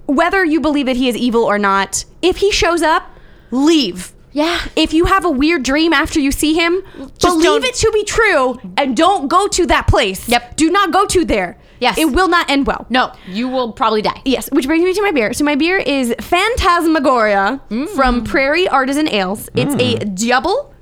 whether you believe that he is evil or not, if he shows up, leave.
Yeah.
If you have a weird dream after you see him,
Just
believe
don't-
it to be true and don't go to that place.
Yep.
Do not go to there.
Yes.
It will not end well.
no, you will probably die.
Yes, which brings me to my beer. So my beer is Phantasmagoria
Mm.
from Prairie Artisan Ales. It's a double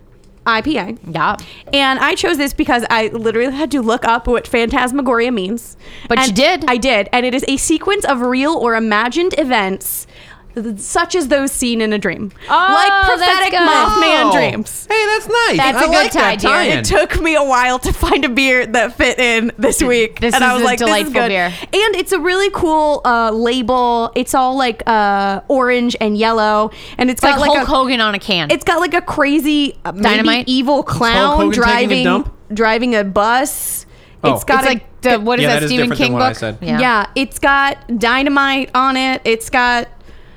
IPA.
Yeah.
And I chose this because I literally had to look up what phantasmagoria means.
But you
And
did.
I did. And it is a sequence of real or imagined events th- such as those seen in a dream.
Oh,
like
that's
prophetic
good.
Mothman
Oh.
dreams.
Hey, that's nice.
That's
I
a good
like that
tie, dear.
tie-in.
It took me a while to find a beer that fit in this week.
This
and I
is
was
a
like, this is
delightful
good.
beer.
And it's a really cool uh, label. It's all like uh, orange and yellow. And it's
It's like,
got like
Hulk
a,
Hogan on a can.
it's got like a crazy uh, maybe
Dynamite?
evil clown
Hogan taking a
driving
dump?
driving a bus.
Oh.
It's got
It's
a,
like the what is
Yeah,
that,
that is
Stephen
different than
King
what I
book?
said.
yeah. it's got dynamite on it. It's got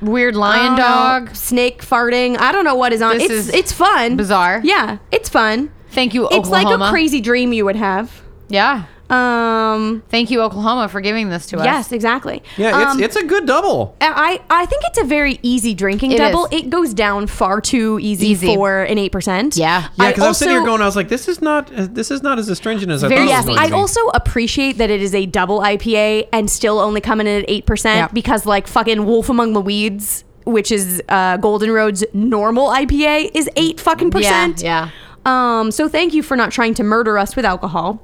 Weird
I
lion
don't know,
dog.
snake farting. I don't know what is on.
This
it's
is
it's fun,
bizarre.
Yeah, it's fun.
Thank you,
It's like a
Oklahoma.
crazy dream you would have.
Yeah.
Um.
Thank you, Oklahoma, for giving this to us.
Yes, exactly.
Yeah, it's
Um,
it's a good double.
I, I think it's a very easy drinking
It
double.
is.
It goes down far too easy,
Easy.
for an eight percent.
Yeah.
Yeah, because I, was sitting here
also-
going, I was like, this is not uh, this is not as astringent as I
Very
thought.
Yes,
it
easy.
was going
I
to be.
also appreciate that it is a double IPA and still only coming in at eight percent
Yeah.
because like fucking Wolf Among the Weeds, which is uh, Golden Road's normal IPA, is eight fucking percent.
yeah.
Um. So thank you for not trying to murder us with alcohol.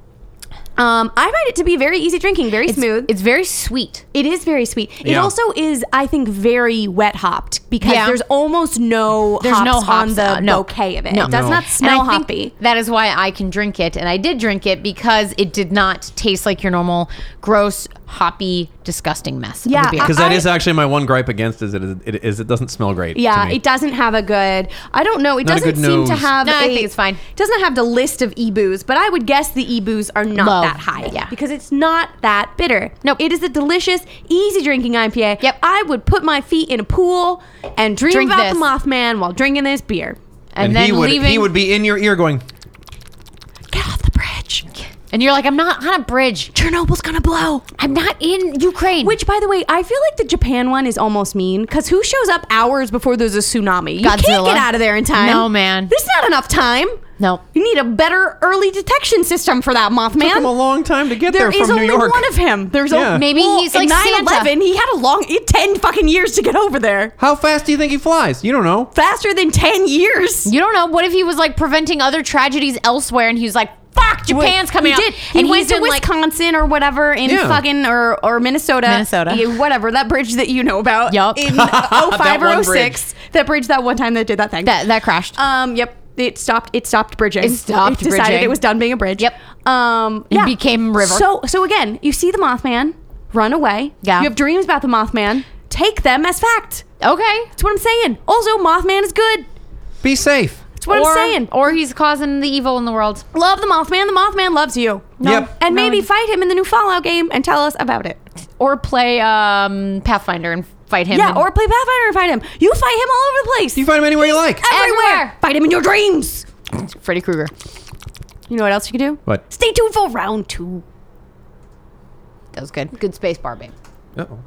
Um, I find it to be very easy drinking, very smooth.
It's very sweet.
It is very sweet. It
Yeah.
also is, I think, very wet hopped because
Yeah.
there's almost no
There's
hops
no hops
on the
uh, no.
bouquet of it.
No.
It does
No.
not
And
smell
I think
hoppy.
That is why I can drink it, and I did drink it because it did not taste like your normal gross, hoppy, disgusting mess. of a
Yeah,
beer.
because that
I-
is actually my one gripe against is it is it, is it doesn't smell great. to
Yeah,
me.
it doesn't have a good. I don't know. It
Not a
doesn't
good
seem to
nose.
have.
No,
I
I think it's fine.
Doesn't have the list of ebus, but I would guess the ebus are not
Low.
that high.
Yeah.
because it's not that bitter.
Nope.
it is a delicious, easy drinking IPA.
Yep.
I would put my feet in a pool and dream
Drink
about the
this.
Mothman while drinking this beer.
and,
And
then
he would
leaving,
he would be in your ear going,
Get off the bridge.
And you're like, I'm not on a bridge.
Chernobyl's gonna blow.
I'm not in Ukraine.
Which, by the way, I feel like the Japan one is almost mean because who shows up hours before there's a tsunami? You can't
Godzilla.
get out of there in time.
No, man.
There's not enough time.
No.
You need a better early detection system for that Mothman.
Took him a long time to get
there
there
is
from
only
New York.
one of him. There's
Yeah.
only
Maybe he's like Santa.
9/11, He had a long it- ten fucking years to get over there.
How fast do you think he flies? You don't know.
Faster than ten years.
You don't know. What if he was like preventing other tragedies elsewhere and he was like, fuck, Japan's coming
he
out.
Did. He
and
went
he's
to
in like,
Wisconsin or whatever in
Yeah.
fucking or or Minnesota,
Minnesota.
Yeah, whatever that bridge that you know about.
Yup.
in 05
one
or
bridge.
06, that bridge that one time that did that thing.
that, that crashed.
um, yep, it stopped. It stopped bridging.
It stopped
It decided
bridging.
it was done being a bridge.
Yep.
Um,
It
yeah.
became river.
So so again, you see the Mothman run away.
Yeah.
you have dreams about the Mothman. Take them as fact.
okay.
That's what I'm saying. Also, Mothman is good.
Be safe.
That's what
or,
I'm saying.
Or he's causing the evil in the world.
Love the Mothman. The Mothman loves you.
Yep.
And
No,
maybe
he-
fight him in the new Fallout game and tell us about it.
Or play um, Pathfinder and fight him.
Yeah,
and-
or play Pathfinder and fight him. You fight him all over the place.
You find him anywhere you like.
everywhere.
Everywhere.
Fight him in your dreams.
Freddy Krueger.
You know what else you can do?
What?
Stay tuned for round two.
That was good. Good space bar, babe.
Uh-oh.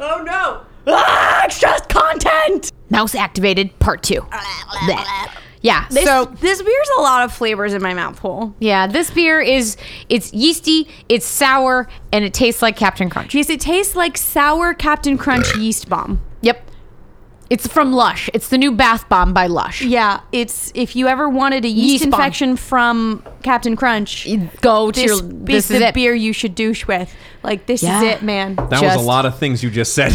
Oh no! Ah, extra content.
Mouse activated part two. Blech. yeah.
This,
so
this beer's a lot of flavors in my mouth hole.
yeah, this beer is it's yeasty, it's sour, and it tastes like Captain Crunch.
Jeez, it tastes like sour Captain Crunch yeast bomb.
Yep. It's from Lush. It's the new bath bomb by Lush.
Yeah, it's if you ever wanted a yeast,
Yeast bomb.
infection from Captain Crunch,
Go to
this
your, this
is
is
the
it.
beer you should douche with. Like this
Yeah.
is it, man.
That was
Just-
a lot of things you just said.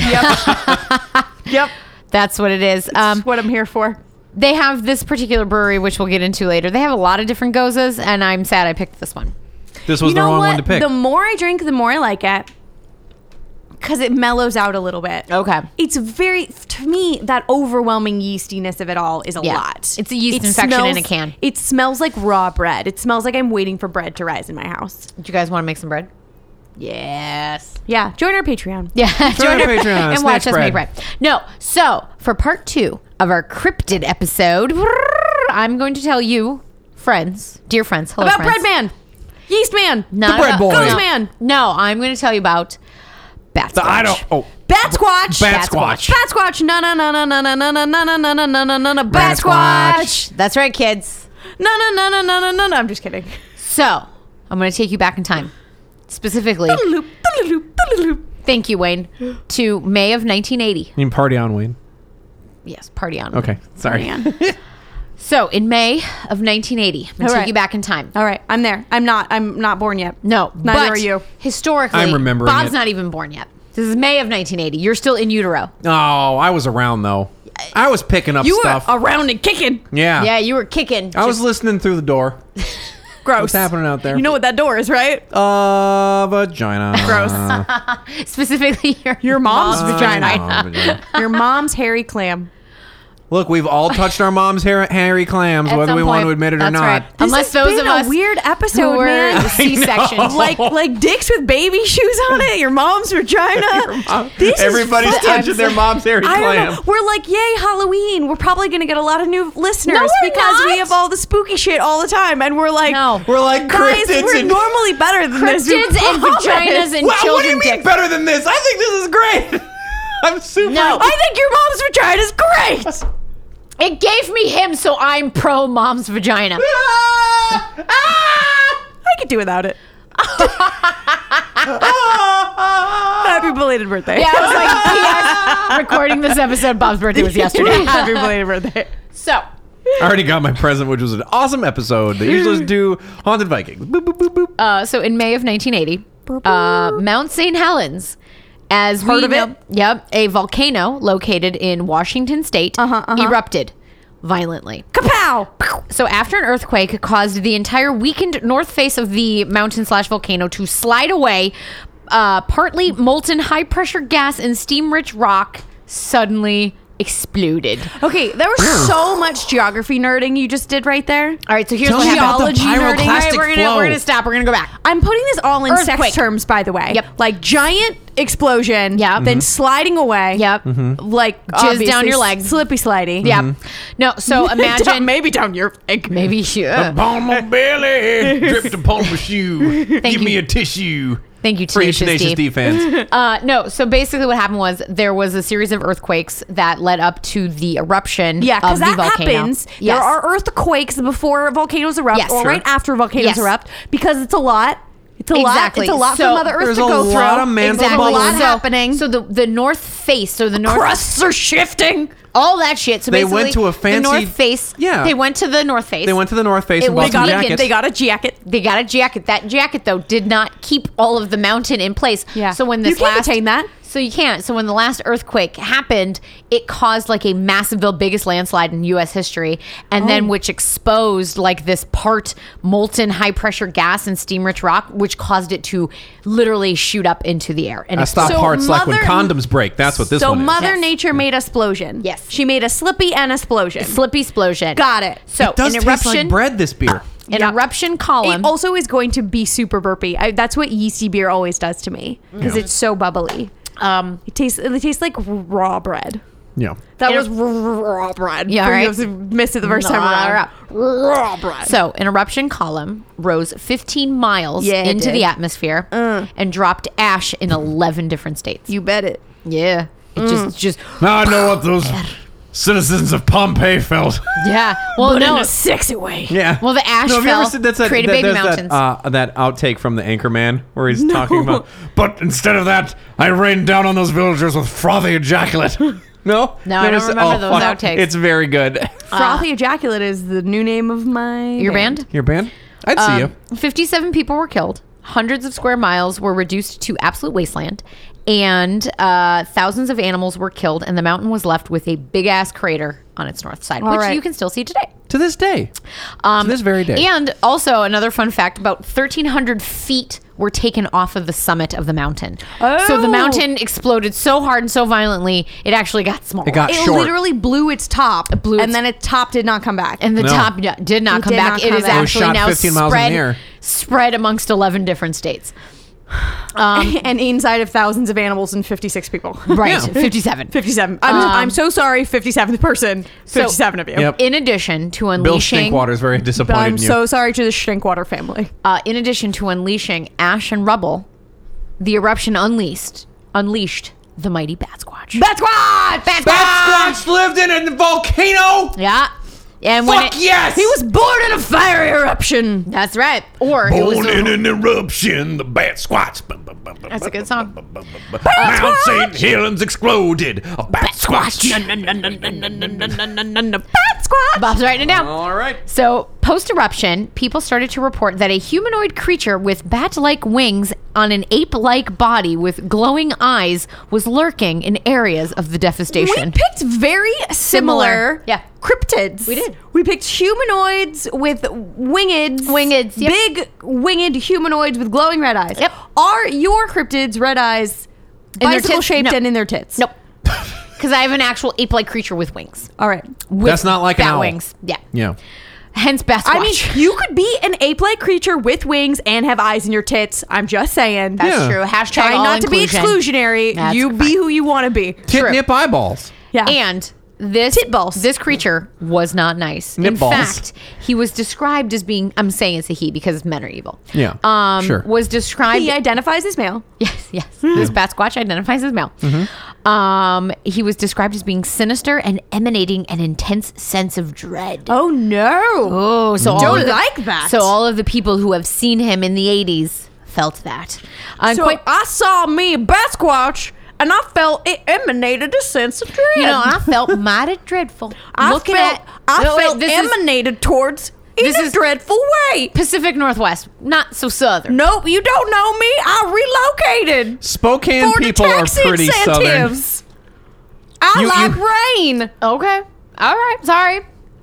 Yep,
That's what it is.
that's
Um,
what I'm here for.
they have this particular brewery, which we'll get into later. They have a lot of different gozas, and I'm sad I picked this one.
This was
you
the
know
wrong
what?
one to pick.
The more I drink, the more I like it. Because it mellows out a little bit.
Okay.
It's very, to me, that overwhelming yeastiness of it all is a
Yeah.
lot.
It's a yeast infection in a can.
It smells like raw bread. It smells like I'm waiting for bread to rise in my house.
Do you guys want to make some bread? Yes.
Yeah. Join our Patreon.
Yeah.
Join our Patreon,
and
Uh, Snatch
watch us
Bread.
make bread. No. So for part two of our cryptid episode, I'm going to tell you, friends, dear friends, hello
About
friends.
bread man, yeast man,
Not
bread
about-
boy.
no.
Goes man.
No, I'm going to tell you about bats.
I don't. Oh,
bat squatch,
Bat squatch.
bat squatch. No no no no no no no no no no no no no no no bat
Bat
squatch.
That's right, kids.
No no no no no no no no. I'm just kidding.
So, I'm going to take you back in time. Specifically,
Loop, loop, loop.
thank you, Wayne, to May of 1980.
you can party on, Wayne.
Yes, party on.
Okay. Sorry.
So, in May of 1980, I'm going to
All
take
right.
you back in time.
All right, I'm there. I'm not. I'm not born yet.
No,
Neither
but
are you.
Historically,
I'm remembering
Bob's
it.
not even born yet. This is May of 1980. You're still in utero.
Oh, I was around though. I was picking up
You
stuff.
were around and kicking.
yeah.
Yeah, you were kicking.
I was listening through the door.
Gross.
What's happening out there?
You know what that door is, right?
Uh, vagina.
Gross.
Just specifically your
Your mom's vagina.
Vagina. vagina.
Your mom's hairy clam.
Look, we've all touched our mom's hair, hairy clams,
At
whether
some
we want
point.
to admit it or
That's
not.
right. Unless
This has
those
been
of us
a weird
who
episode,
were
man.
C-section.
like like dicks with baby shoes on it. Your mom's vagina. This is
Everybody's
fucking-
touching their mom's hairy
I don't
clam.
know. We're like, yay, Halloween. We're probably going to get a lot of new listeners
No, we're
because we
not.
have all the spooky shit all the time. And we're like,
No.
We're like
guys,
cryptids
we're
and-
normally better than this. We
cryptids and
promise.
vaginas and
Wow, what do you
children
mean
dicks.
better than this? I think this is great. I'm super.
No.
I think your mom's vagina is great.
It gave me him, so I'm pro mom's vagina.
Ah! Ah!
I could do without it.
Ah!
Happy belated birthday.
Yeah, I was like, P.S. recording this episode. Bob's birthday was yesterday.
Happy belated birthday.
So,
I already got my present, which was an awesome episode. They usually do Haunted Vikings. Boop, boop, boop, boop.
uh, so in May of 1980, uh, Mount St. Helens, as
Heard
we
of
know,
it?
yep, a volcano located in Washington State
Uh-huh, uh-huh.
erupted violently.
Kapow!
So after an earthquake caused the entire weakened north face of the mountain slash volcano to slide away, uh, partly molten high pressure gas and steam rich rock suddenly exploded.
Uh,
Okay, there was so much geography nerding you just did right there.
All right, so here's
Tell
what
me
happened.
about the
Geology nerding.
pyroclastic
All right, we're gonna
flow.
we're gonna stop. We're gonna go back.
I'm putting this all in sex
Earthquake.
terms, by the way.
Yep.
Like giant explosion.
Yeah.
Then
Mhm.
sliding away.
Yep.
Mm-hmm. Like
down
obviously
your leg.
Slippy slidey.
Yeah.
Mm-hmm.
No, so imagine
Down- maybe down your leg.
maybe
Uh,
yeah.
Upon my belly, dripped upon my shoe. Give me
you.
a tissue.
Thank you,
Free
Tenacious,
Tenacious
D.
D fans.
Uh, no, so basically what happened was there was a series of earthquakes that led up to the eruption
Yeah,
of
because
the
that
volcano.
happens.
Yes.
There are earthquakes before volcanoes erupt
Yes.
or
Sure.
right after volcanoes
Yes.
erupt because it's a lot. It's a
Exactly.
lot. It's a lot
So
for Mother Earth
there's
to
a
go through.
lot of man-
There's
exactly.
a lot
so,
happening.
So the the north face, so the north
Crusts are shifting.
all that shit. So
They
basically,
went to a fancy-
the north face.
Yeah.
They went to the north face.
They went to the North Face
It
and
was
bought
They
some
got,
Lincoln.
a,
jackets.
they got a jacket.
they got a jacket. That jacket though did not keep all of the mountain in place.
Yeah.
So when
You
this
can't
last
attain that.
so you can't. So when the last earthquake happened, it caused like a massiveville biggest landslide in U.S. history, and
Oh.
then which exposed like this part molten high pressure gas and steam rich rock, which caused it to literally shoot up into the air. And
I
explode.
stop
So
hearts like when
mother-
condoms break. That's what this
so
one is.
Mother
Yes.
Nature made a explosion.
Yes.
She made a slippy and explosion.
slippy explosion.
Got it.
So
it does
an
taste
eruption.
like bread. This beer.
An
Yeah.
eruption column.
It also is going to be super burpy. I, that's what yeasty beer always does to me because it's so bubbly.
um,
It tastes it tastes like raw bread.
Yeah.
That
And-
was raw bread.
Yeah,
for
right.
those who missed it the first time
Raw
around. Raw bread.
So, an eruption column rose 15 miles
Yeah, it
into
did. Uh.
the atmosphere and dropped ash in 11 different states.
you Mm. bet it.
yeah. It just, just,
Now
Ah,
I know what those
Er.
citizens of Pompeii felt.
yeah. Well, no.
sexy way.
Yeah.
Well, the ash
no, have you ever
fell,
seen that's that,
created
that,
baby
there's
mountains.
That, uh, that outtake from the Anchorman where he's talking about.
But instead of that, I rained down on those villagers with frothy ejaculate.
No,
No, I don't
Notice-
remember those
fuck.
outtakes.
It's very good.
Frothy ejaculate is the new name of my
Your band?
Your band? I'd
Um,
see you.
57 people were killed. Hundreds of square miles were reduced to absolute wasteland. And uh, thousands of animals were killed, and the mountain was left with a big ass crater on its north side, which
right.
you can still see today.
To this day.
Um,
To this very day.
And also another fun fact: about 1,300 feet were taken off of the summit of the mountain. So the
Oh.
mountain exploded so hard and so violently, it actually got smaller.
got
It
short.
literally blew its top,
blew
and
its-
then its top did not come back.
and the
No.
top d- did not
It
come
did
back.
not
it
come
is
back. It was
actually
shot
now
15 miles in the
spread,
air.
spread amongst 11 different states. Um,
and inside of thousands of animals and 56 people.
right,
Yeah.
57.
57. I'm, I'm so sorry, 57th person. 57 of you.
Yep.
In addition to
Bill
unleashing,
Stinkwater is very disappointed
I'm
in you.
so sorry to the Stinkwater family.
uh, in addition to unleashing ash and rubble, the eruption unleashed unleashed the mighty bat squatch.
Bat Squatch! Bat
Bat Squatch lived in a volcano?
yeah, and when
Fuck
it-
yes!
He was born in a fire eruption.
That's right. Or it was
Born
a-
in an eruption, the bat squats. That's
a good song.
Mount St. Helens exploded. A bat squatch.
Bat Squatch!
Bob's writing it down.
All right.
So, post eruption, people started to report that a humanoid creature with bat like wings on an ape like body with glowing eyes was lurking in areas of the
we
devastation.
picked very similar,
Similar. Yeah.
cryptids.
We did.
We picked humanoids with winged,
Wingeds, yep.
big winged humanoids with glowing red eyes.
Yep.
Are your cryptids red eyes
In their
bicycle
tits?
shaped
No.
and in their tits?
Nope. Because I have an actual ape like creature with wings.
All right.
With
That's not like an
bat
owl.
wings. Yeah.
Yeah.
Hence, bat
I mean,
squatch.
you could be an ape-like creature with wings and have eyes in your tits. I'm just saying.
That's
Yeah.
true. Hashtag
Try
all
not
inclusion.
to be exclusionary.
That's
you be
fine.
who you want to be.
Catnip eyeballs.
Yeah.
And this
Tit balls.
this creature was not nice.
Nip
In
balls.
fact, he was described as being I'm saying it's a he because men are evil.
Yeah,
Um
sure.
was described
he identifies as male.
Yes, yes. This bat squatch identifies as male.
Mm-hmm.
Um he was described as being sinister and emanating an intense sense of dread.
Oh no.
Oh, so all
Don't
of the-
like that.
So all of the people who have seen him in the 80s felt that. I'm
so
quite
I saw me bat squatch, and I felt it emanated a sense of dread.
you know, I felt mighty dreadful.
I
looking
felt,
at
I
No, wait,
felt
this is
emanated towards in
this
a
is-
dreadful way.
Pacific Northwest, not so southern.
Nope, you don't know me. I relocated
Spokane
for
people
the
are
tax
pretty southern.
incentives. I
You-
like
you-
rain.
Okay. All right. Sorry.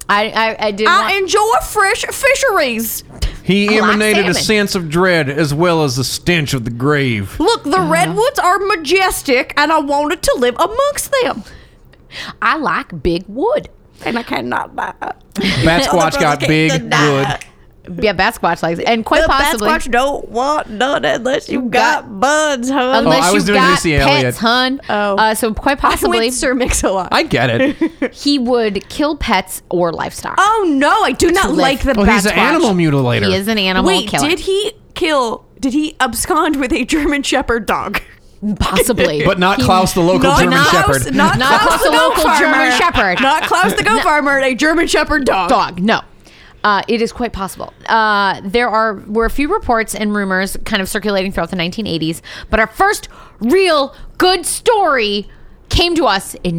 I I, I did.
I
not
enjoy fresh fisheries.
He
like
emanated a
salmon.
sense of dread as well as the stench of the grave.
Look, the
Uh-huh.
redwoods are majestic, and I wanted to live amongst them.
I like big wood.
And I cannot buy.
Bat Squatch got big wood.
Yeah, Bat Squatch likes it. And quite
The
possibly.
Basquatch don't want none unless you got,
got-
buds, huh?
Unless
Oh, I was
you've
doing
got
Missy
pets,
Elliott.
hun.
Oh.
Uh, so quite possibly
With Sir Mix-a-Lot.
I get it.
he would kill pets or livestock.
oh no, I do not
live.
like the
Well, Oh, he's
Bat
an animal
Squatch.
mutilator.
He is an animal
Wait,
killer.
did he kill? Did he abscond with a German Shepherd dog?
Possibly.
But not
He-
Klaus the local German
Klaus-
Shepherd.
Not,
Not
Klaus, the local German Shepherd. Not Klaus the goat farmer. A German Shepherd dog.
dog. No. Uh, it is quite possible. Uh, there are were a few reports and rumors kind of circulating throughout the 1980s, but our first real good story came to us in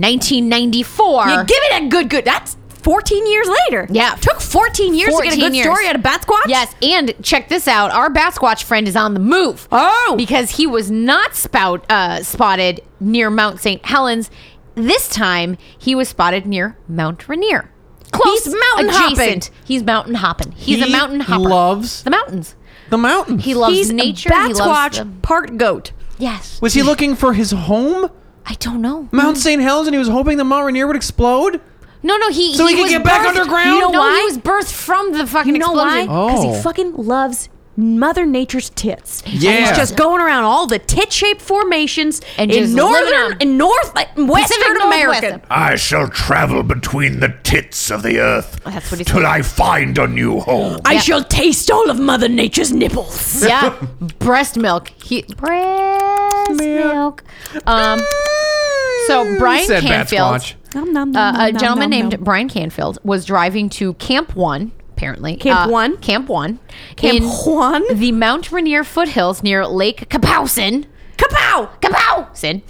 1994.
You give it a good, good. That's 14 years later.
Yeah.
Took 14 years to get a
14
good
years.
story out of Bat Squatch?
Yes, and check this out. Our Bat Squatch friend is on the move.
Oh.
because he was not spout uh, spotted near Mount St. Helens. This time, he was spotted near Mount Rainier.
Close mountain
hopping. He's mountain hopping. He's a
He
mountain hopper.
loves-
the mountains.
the mountain.
He loves
He's
nature.
a Bat
he loves
Squatch
the-
part goat.
yes.
was he looking for his home,
I don't know.
Mount St. Helens, and he was hoping the Mount Rainier would explode?
No, no. He
So he could
was
get back
birthed-
underground?
You know
No,
why?
he
He was birthed from the fucking
You know why?
explosion.
Because
Oh.
he fucking loves Mother Nature's tits. And
Yeah.
he's just going around all the tit-shaped formations
And
in
just living
northern
on 'em.
and north, like, western
Pacific Northwest.
America.
I shall travel between the tits of the earth
That's what he
till
said.
I find a new home.
I
Yeah.
shall taste all of Mother Nature's nipples.
Yeah, breast milk. He breast milk. Um, so Brian
said Bat
Canfield,
Squatch.
Nom, nom, nom,
uh, a
nom,
gentleman
nom,
named
nom.
Brian Canfield, was driving to Camp One. Apparently,
Camp
Uh,
One?
Camp One,
Camp
in
Juan?
the Mount Rainier foothills near Lake Kapowsin.
Kapow!
Kapowsin.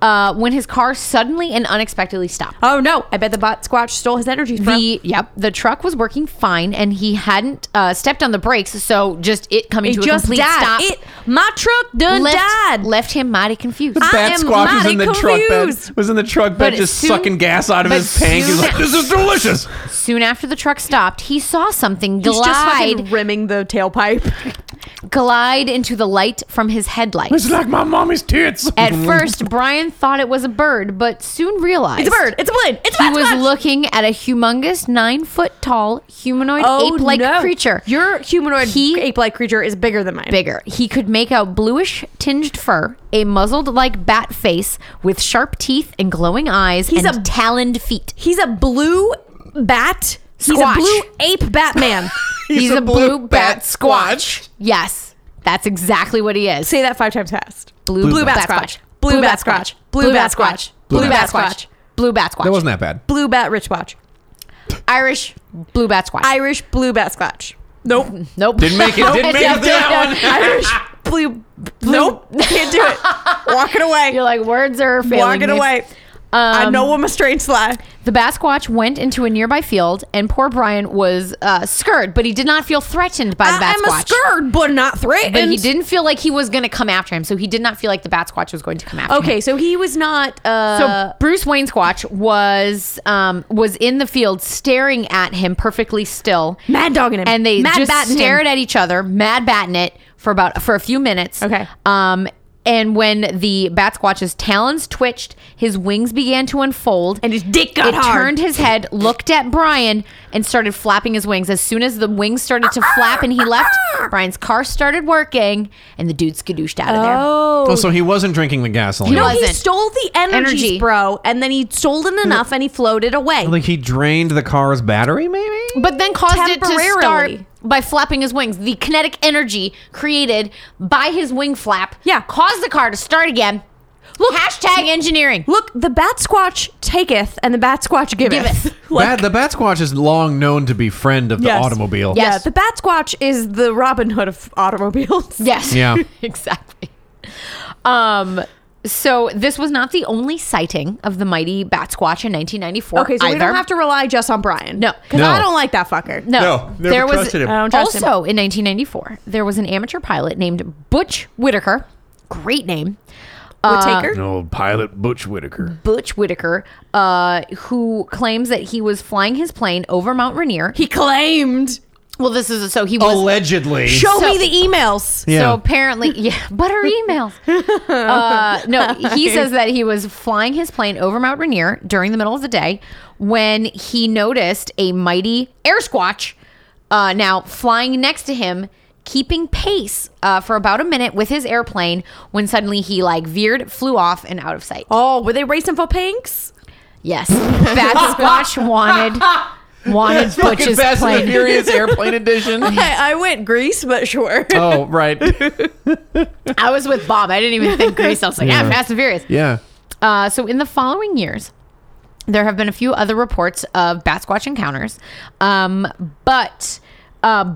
Uh, when his car suddenly and unexpectedly stopped.
Oh no! I bet the bot squatch stole his energy from.
The yep, the truck was working fine, and he hadn't uh, stepped on the brakes, so just it coming
it
to a
just
complete
died.
stop
It, my truck done
left,
died.
left him mighty confused.
I
Bat
am
Squatch was
mighty
in the truck
confused.
bed. Was in the truck
But
bed, just
soon-
sucking gas out of
but
his tank. He's
soon-
like, "This is delicious."
Soon after the truck stopped, he saw something
He's just
glide
fucking rimming the tailpipe.
glide into the light from his headlights.
It's like my mommy's tits.
At first, Brian thought it was a bird, but soon realized
It's a bird. It's a blade. It's a
he
bat
was
squatch.
looking at a humongous nine foot tall humanoid
Oh,
ape like
no.
creature.
Your humanoid
He-
ape-like creature is bigger than mine.
bigger. He could make out bluish tinged fur, a muzzled like bat face with sharp teeth and glowing eyes
He's
and
a-
taloned feet.
He's a blue bat. He's
Squatch.
a blue ape Batman.
He's,
a blue bat squatch.
Yes, that's exactly what he is.
Say that five times fast.
Blue,
Blue bat
squatch. Blue bat squatch. Blue bat squatch.
Blue bat squatch. Blue bat
That
squatch.
wasn't that bad.
Blue bat rich watch.
Irish blue bat squatch.
Irish blue bat squatch. Nope.
nope.
Didn't make it. Didn't make it that one.
Irish blue, Nope. Can't do it. Walking away.
You're like words are failing
Walking
me. Um,
away. I know I'm a strange sly.
The Basquatch went into a nearby field, and poor Brian was uh, scared, but he did not feel threatened by the
I,
Basquatch.
am a scared, but not threatened.
But he didn't feel like he was going to come after him, so he did not feel like the Bat Squatch was going to come after him.
Okay, so he was not.
So
Uh,
Bruce Wayne Squatch was um, was in the field staring at him perfectly still,
Mad dogging him.
and they
Mad
just
batting him.
stared at each other, mad batting it for about for a few minutes.
Okay.
Um, and when the Bat Squatch's talons twitched, his wings began to unfold,
And his dick got
it
hard.
turned his head, looked at Brian, and started flapping his wings. As soon as the wings started to flap and he left, Brian's car started working, and the dude skadooshed out of there.
oh,
Oh, so he wasn't drinking the gasoline.
No,
no, he
wasn't.
stole the energies,
Energy.
bro, and then he sold it enough, and he floated away.
like he drained the car's battery, maybe.
but then caused it to start
Temporarily.
by flapping his wings. The kinetic energy created by his wing flap,
Yeah.
caused the car to start again. Look, hashtag engineering.
Look, the bat squatch taketh, and the bat squatch giveth.
Giveth.
Bat, the Bat Squatch is long known to be friend of the
Yes.
automobile.
Yes.
Yeah, the bat squatch is the Robin Hood of automobiles.
Yes.
Yeah.
exactly. Um. So this was not the only sighting of the mighty bat squatch in 1994.
Okay, so
either.
we don't have to rely just on Brian.
No.
because
No.
I don't like that fucker.
No,
No, never
there was
trusted him.
I don't trust
also in 1994. There was an amateur pilot named Butch Whitaker. Great name.
Whittaker?
No, pilot Butch Whitaker.
Butch Whitaker, uh, who claims that he was flying his plane over Mount Rainier.
he claimed.
well, this is so he was.
Allegedly.
Show
So-
me the emails.
So
Oh, Yeah.
apparently, yeah, but her emails. Uh, no, he says that he was flying his plane over Mount Rainier during the middle of the day when he noticed a mighty air squatch uh, now flying next to him, keeping pace uh, for about a minute with his airplane when suddenly he like veered, flew off, and out of sight.
Oh, were they racing for pinks?
Yes, Bad Squatch wanted wanted Butch's
Fast and the
plane.
Furious airplane edition.
I, I went Greece, but sure.
Oh, right.
I was with Bob. I didn't even think Grease. I was like, yeah,
Yeah.
Fast and Furious.
Yeah.
Uh, so in the following years, there have been a few other reports of bat squatch encounters, um, but uh,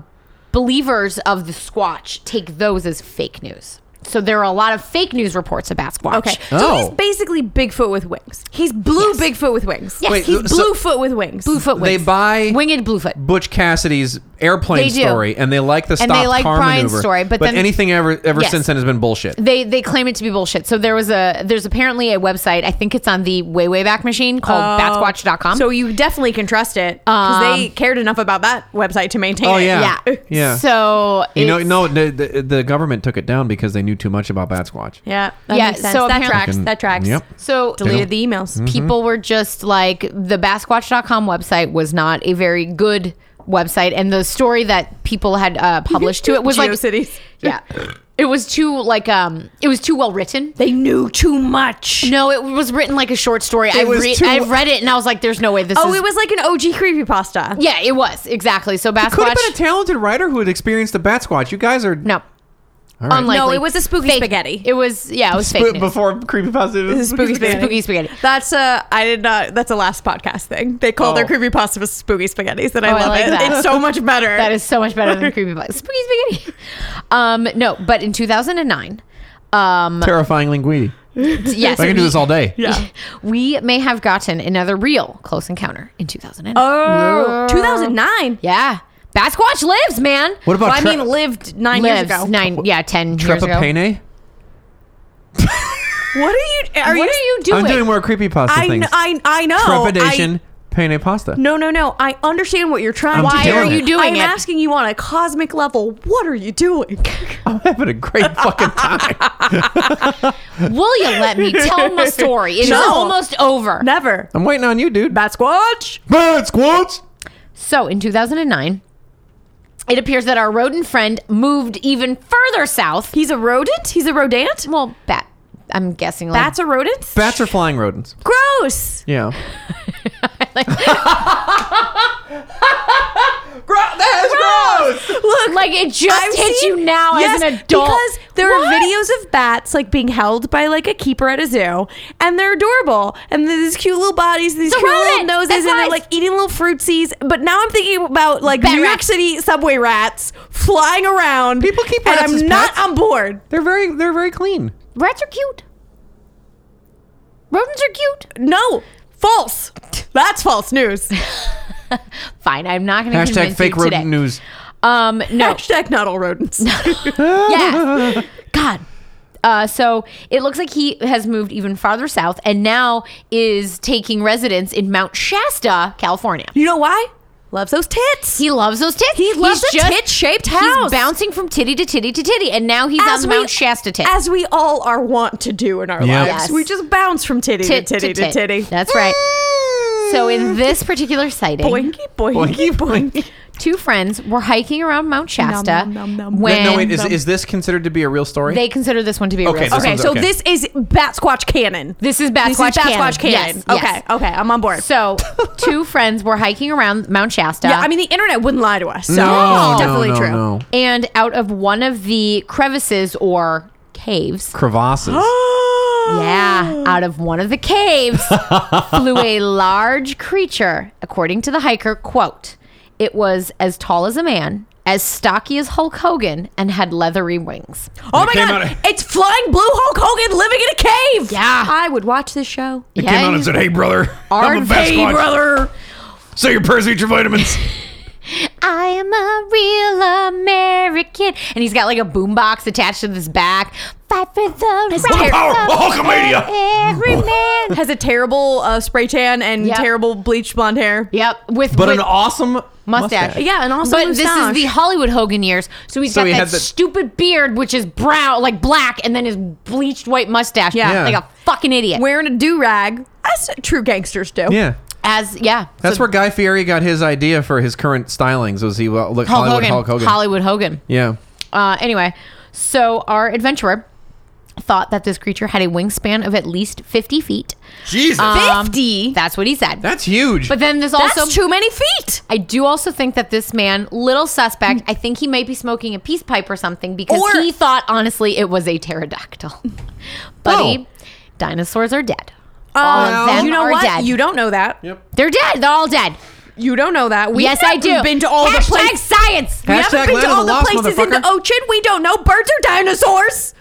believers of the squatch take those as fake news. So there are a lot of fake news reports of bat squatch.
Okay. So
Oh.
he's basically Bigfoot with wings. He's blue Bigfoot with wings. Yes.
Wait,
he's
so-
Bluefoot with wings.
Bluefoot
They
wings.
buy-
winged bluefoot.
Butch Cassidy's airplane
They do.
story, and they like the
they
stop
like
car
Brian's
maneuver.
story, but then-
anything ever ever
Yes.
since then has been bullshit.
They they claim it to be bullshit. So there was a there's apparently a website. I think it's on the way way back machine called
Oh.
batsquatch.com.
So you definitely can trust it because they cared enough about that website to maintain
Oh,
it.
yeah.
yeah.
Yeah.
So
You know,
it's-
no, the, the, the government took it down because they knew too much about Bat Squatch.
Yeah. That
Yeah,
Makes sense.
so
that
apparently-
tracks. That tracks.
Yep. Mm.
So
Deleted the emails.
Mm-hmm.
people were just like the basquatch.com website was not a very good website and the story that people had uh, published to it was like
GeoCities.
yeah it was too like um it was too well written
They knew too much.
no it was written like a short story i
was
re-
too-
i read it and i was like there's no way this
Oh,
is
it was like an OG creepypasta.
yeah it was exactly so
Could have been a
basquatch
talented writer who had experienced the Bat Squatch. You guys are
no
right.
Unlikely.
No, it was a spooky
Fake-
spaghetti.
It was yeah, it was fake.
But
news.
before creepypasta.
This is spooky spaghetti.
Spooky spaghetti.
That's a I did not. That's a last podcast thing. They call their
Oh.
creepy pasta spooky spaghettis, and I
Oh, I
love
like
it.
that.
It's so much better.
That is so much better than creepy spaghetti. Spooky spaghetti. Um, no, but in 2009, um,
Terrifying linguini.
yes,
I can do this all day.
yeah.
we may have gotten another real close encounter in 2009.
Oh, 2009.
yeah, Bat Squatch lives, man.
What about
Well, I
tre-
mean, lived nine
lives
years ago.
nine, yeah, ten years ago.
Trepapane?
What are you?
What
Are you,
are you
I'm
doing?
doing more creepypasta
I,
things.
kn- I, I know. I-
Trepidation, pene pasta.
no, no, no. I understand what you're trying.
I'm
to
Why
do.
are
doing
you
it.
doing
I'm
it?
asking you on a cosmic level. What are you doing?
I'm having a great fucking time.
Will you let me tell my story? It's
No.
almost over.
Never.
I'm waiting on you, dude.
Bat squatch.
Bat Squatch!
So in 2009, it appears that our rodent friend moved even further south.
He's a rodent. He's a rodent.
Well, bat. I'm guessing like
Bats are rodents.
Bats are flying rodents.
Gross.
Yeah.
Look,
like it just
I've
hits
seen-
you now
yes,
as an adult
Because there
What?
are videos of bats like being held by like a keeper at a zoo, and they're adorable, and there's these cute little bodies, these
It's a
cute little
rodent.
noses,
It's
and they're
nice.
like eating little fruitsies. But now I'm thinking about like
Bat
New York
rats.
City subway rats flying around.
People keep
and
rats as
I'm not
pets?
on board.
They're very they're very clean.
Rats are cute. Rodents are cute.
No, false. That's false news.
Fine, I'm not going to
Hashtag
convince
fake
you
rodent
today.
news.
Um, no,
Hashtag not all rodents.
yeah, God. Uh, so it looks like he has moved even farther south and now is taking residence in Mount Shasta, California.
you know why? Loves those tits.
He loves those tits.
He loves
He's
a tit-shaped
He's
house.
bouncing from titty to titty to titty, and now he's on the Mount Shasta tits.
as we all are wont to do in our
Yeah.
lives.
Yes.
We just bounce from titty
Tit
to titty to, titty. Mm.
That's right. So in this particular sighting,
Boinky, boinky,
Boinky,
boinky.
two friends were hiking around Mount Shasta
Nom, nom, nom, nom.
when
no, wait, is, is this considered to be a real story?
they consider this one to be a
Okay,
real
this
story.
Okay,
one's
so
okay.
this is Bat Squatch Cannon.
This is
This
Basquatch
is Bat Squatch
Cannon.
Cannon.
Yes,
okay,
yes.
okay, I'm on board.
So two friends were hiking around Mount Shasta.
yeah, I mean, the internet wouldn't lie to us. So
no,
it's
no,
definitely
no,
true.
No.
and out of one of the crevices or caves,
Crevasses.
Oh.
yeah, out of one of the caves flew a large creature. According to the hiker, quote, it was as tall as a man, as stocky as Hulk Hogan, and had leathery wings.
Oh my
came
God,
out of-
it's flying blue Hulk Hogan living in a cave.
Yeah.
I would watch this show.
It came out and said, "Hey, brother, I'm a bat
Hey,
squatch.
brother.
Say your prayers, eat your vitamins."
I am a real American. And he's got like a boombox attached to his back. Fight for the rights
the power
of
of Oh, Hulkamania.
every man.
Has a terrible uh, spray tan and
Yep.
terrible bleached blonde hair.
Yep, with
But
with
an awesome
mustache.
mustache.
Yeah, and also
but
moustache.
this is the Hollywood Hogan years, so he's
So
got
he
that
had the-
stupid beard, which is brown, like black, and then his bleached white mustache.
Yeah.
like a fucking idiot.
Wearing a do rag. That's what true gangsters do.
Yeah.
as yeah.
That's
So-
where Guy Fieri got his idea for his current stylings. Was he well, look
Hulk
Hollywood
Hogan.
Hulk Hogan?
Hollywood Hogan.
yeah.
Uh, anyway, so our adventurer thought that this creature had a wingspan of at least 50 feet.
Jesus,
Um,
50?
That's what he said.
that's huge.
but then this
That's
also
too many feet.
I do also think that this man, little suspect, I think he might be smoking a peace pipe or something because
Or-
he thought, honestly, it was a pterodactyl. Buddy,
Oh.
dinosaurs are dead. all of them
uh, you know
are
what?
dead.
You don't know that. Yep.
They're dead. They're all dead.
You don't know that. We
yes, I do.
Been to all
Hashtag
the places.
science.
We
Hashtag
haven't been
land
to
of
all
the
the
lost,
places in the
motherfucker.
ocean. We don't know. Birds are dinosaurs.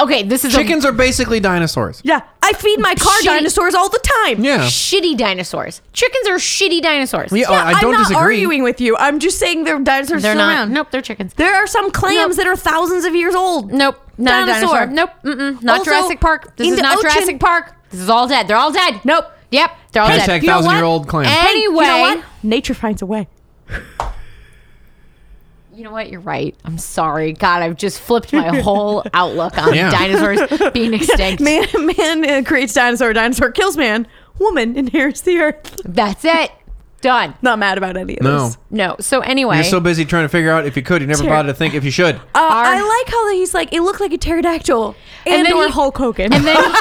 Okay, this is
Chickens are basically dinosaurs.
Yeah. I feed my car
Shitty-
dinosaurs all the time.
a
Yeah.
shitty dinosaurs. Chickens are shitty dinosaurs.
Yeah, I- I
am
don't
not
disagree.
arguing with you. I'm just saying they're dinosaurs
They're
still
not.
around.
Nope, they're chickens.
There are some clams
Nope.
that are thousands of years old.
Nope, not
Dinosaur.
a dinosaur. Nope, mm-mm, not
Also,
Jurassic Park. This
in
is
the
not
ocean-
Jurassic Park. This is all dead. They're all dead.
Nope.
Yep, they're all
Hashtag
dead.
thousand year old clam.
Hey, you
Anyway,
know what? Nature finds a way.
You know what? You're right. I'm sorry. God, I've just flipped my whole outlook on
Yeah.
dinosaurs being extinct.
Man, man uh, creates dinosaur. Dinosaur kills man. Woman inherits the earth.
That's it. Done.
Not mad about any of
No.
this.
No. So anyway,
You're so busy trying to figure out if you could, you never
Ter-
bothered to think if you should.
Uh, I like how he's like, it looked like a pterodactyl and,
then
or
he-
Hulk Hogan.
and then.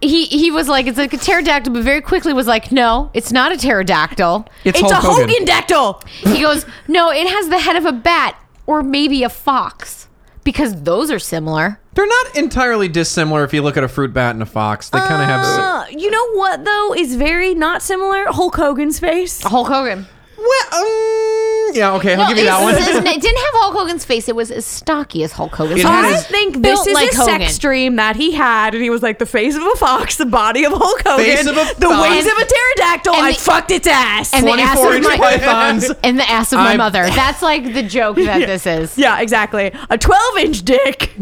He, he was like it's like a pterodactyl, but very quickly was like, no, it's not a pterodactyl.
it's,
it's
Hulk
a
Hogan.
Hogan dactyl.
He goes, no, it has the head of a bat or maybe a fox because those are similar.
They're not entirely dissimilar if you look at a fruit bat and a fox. They kind of have. si-
Uh, you know what though is very not similar? Hulk Hogan's face.
Hulk Hogan.
Well, um, yeah, okay, I'll give you that one.
It, it didn't have Hulk Hogan's face. It was as stocky as Hulk Hogan's.
It
face.
had
I
his-
think this
Built
is
like
a
Hogan.
sex dream that he had, and he was like the face of a fox, the body of Hulk Hogan,
Face of a
the
fox.
wings of a pterodactyl.
And
I
the-
fucked its ass.
and the ass
24
of
inch
my
pythons.
and the ass of my
I'm-
mother. That's like the joke that this is,
yeah, exactly. A 12 inch dick.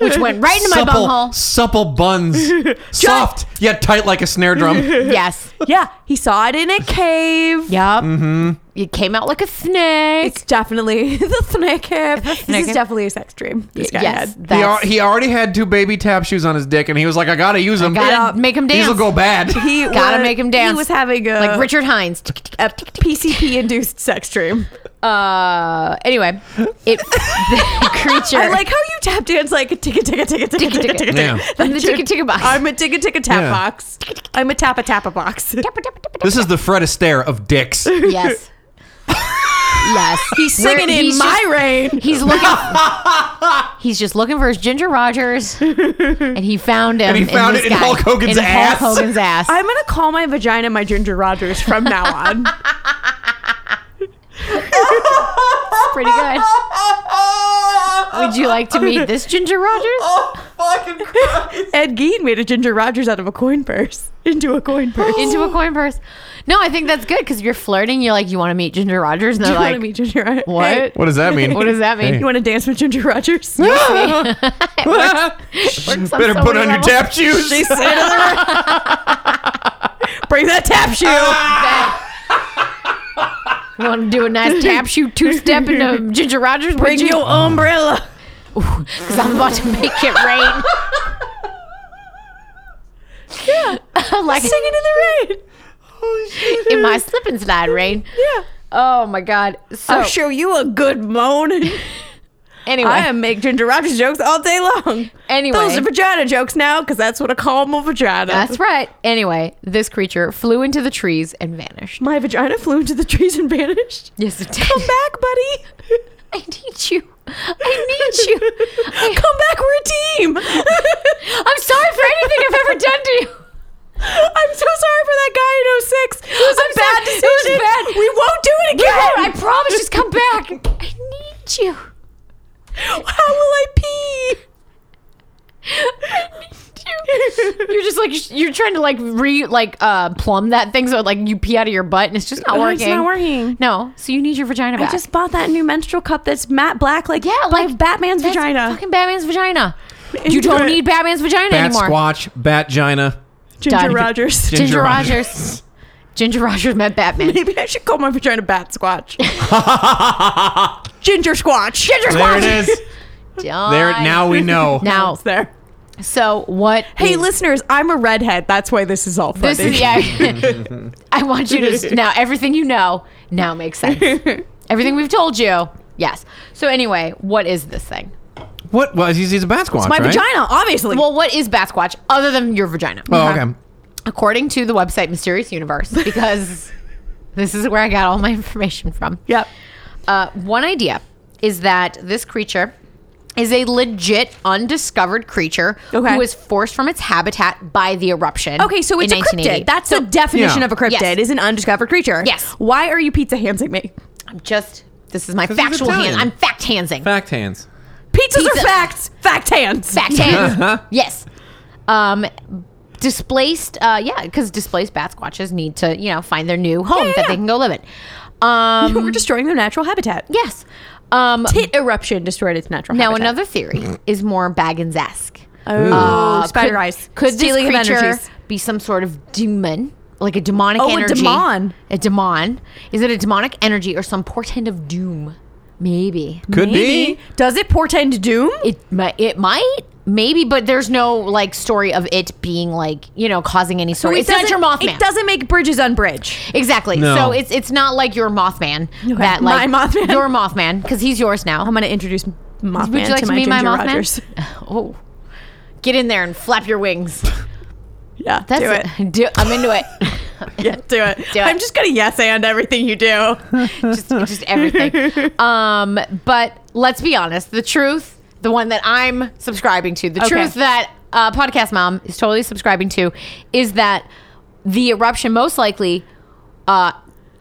which went right into my
supple,
bunghole.
supple buns, soft yet tight like a snare drum.
Yes.
yeah, he saw it in a cave.
Yep.
Mm-hmm.
It came out like a
It's
snake.
definitely the snake cave. This
snake.
is definitely a sex dream. This guy
yes.
had.
He, al-
that's-
he already had two baby tap shoes on his dick, and he was like, "I gotta use them.
gotta
Yeah.
make him
These
dance.
will go bad."
He
Gotta
was-
make him dance.
He was having a
like Richard Hines.
a PCP induced sex dream.
Uh, anyway, it the creature.
I like how you tap dance like a ticka ticka ticka ticka ticka ticka
Yeah.
ticka.
I'm the ticka ticka box.
I'm a ticka ticka
Yeah.
tap box. I'm a tappa tappa box.
this is the Fred Astaire of dicks.
yes. yes.
He's
Where
singing in
he's
my
just-
rain.
He's looking. he's just looking for his Ginger Rogers, and he found him.
And he found
this
it in
guy,
Hulk Hogan's
in
ass.
Hulk Hogan's ass.
I'm gonna call my vagina my Ginger Rogers from now on.
Pretty good. Would you like to meet this Ginger Rogers
Ed Gein made a Ginger Rogers out of a coin purse into a coin purse.
into a coin purse? No, I think that's good because you're flirting. You're like, you want to meet Ginger Rogers, and they're
Do you want
like,
to meet Ginger Rogers?
what?
What does that mean?
What does that mean?
Hey.
You want to dance with Ginger Rogers?
Works
Better
so
put
many
on your
levels.
tap shoes.
They sit in the room. Bring that tap shoe.
Ah.
Want to do a nice tap shoot two step into Ginger Rogers?
Bring your umbrella.
because I'm about to make it rain. Yeah, like
Singing in the rain.
in my slip and slide rain.
Yeah.
Oh my god. So
I'll show you a good moan.
anyway,
I make Ginger Rogers jokes all day long.
Anyway.
Those are vagina jokes now because that's what I call my vagina.
that's right. Anyway, this creature flew into the trees and vanished.
my vagina flew into the trees and vanished.
Yes, it did.
Come back, buddy.
I need you. I need you. I-
Come back. We're a team.
I'm sorry for anything I've ever done to you.
I'm so sorry for that guy in 06. It was a
I'm
bad
sorry. It
decision.
was bad.
We won't do it again.
No, I promise. Just come back. I need you.
How will I pee?
You're just like sh- you're trying to like re like uh plumb that thing so like you pee out of your butt and it's just not
Oh,
working.
it's not working.
No, so you need your vagina
I
back.
just bought that new menstrual cup that's matte black, like
yeah,
like,
like
Batman's
that's
vagina.
Fucking Batman's vagina. You
Ginger-
don't need Batman's vagina
Bat
anymore.
squatch, bat gina.
Ginger
Done.
Rogers.
Ginger,
Ginger
Rogers. Ginger Rogers met Batman.
Maybe I should call my vagina Bat Squatch. Ginger Squatch.
Ginger
There it
Squatch.
is. There now we know.
Now
It's there.
So what?
Hey,
is-
listeners, I'm a redhead. That's why this is all funny.
This is yeah. I want you to now everything you know now makes sense. everything we've told you, yes. So anyway, what is this thing?
What? Well, he's, he's a bat squatch,
my
right?
vagina, obviously.
Well, what is Bath Squatch other than your vagina?
Oh, okay.
According to the website Mysterious Universe, because this is where I got all my information from.
yep.
Uh, one idea is that this creature is a legit undiscovered creature
Okay.
who was forced from its habitat by the eruption.
Okay, so it's a
in 1980.
cryptid. That's the definition
Yeah.
of a cryptid.
Yes.
Is an undiscovered creature.
Yes.
Why are you pizza handsing me?
I'm just this is my
'Cause he's
factual hand.
Italian.
I'm fact handsing.
Fact hands.
Pizzas
Pizza-
are facts. Fact hands.
Fact hands. yes. Um, displaced. Uh, yeah, because displaced bat squatches need to you know find their new home that they can go live in. Um,
We're destroying their natural habitat.
yes. Um,
Tit eruption destroyed its natural
now
habitat.
another theory is more Baggins esque.
Oh,
Uh,
spider
could,
eyes.
Could
Stealing of
this creature
energies.
be some sort of demon, like a demonic
Oh, a
energy?
demon.
A demon. Is it a demonic energy or some portent of doom? Maybe
Could
Maybe.
be.
Does it portend doom?
it might. It might. Maybe, but there's no like story of it being like you know causing any sort.
it
It's not your
doesn't-
Mothman.
It doesn't make bridges unbridge.
Exactly.
No.
So it's it's not like your Mothman that
My
like
Mothman.
your Mothman because he's yours now.
I'm going to introduce Mothman
Would you like to,
to, my
meet my
Ginger
Mothman?
Rogers.
Oh, get in there and flap your wings.
Yeah,
That's
do it.
Do, I'm into it.
Yeah, do it.
Do it.
I'm just gonna yes and everything you do.
just just everything. Um, but let's be honest. The truth, the one that I'm subscribing to, the
Okay.
truth that uh, podcast mom is totally subscribing to, is that the eruption most likely uh,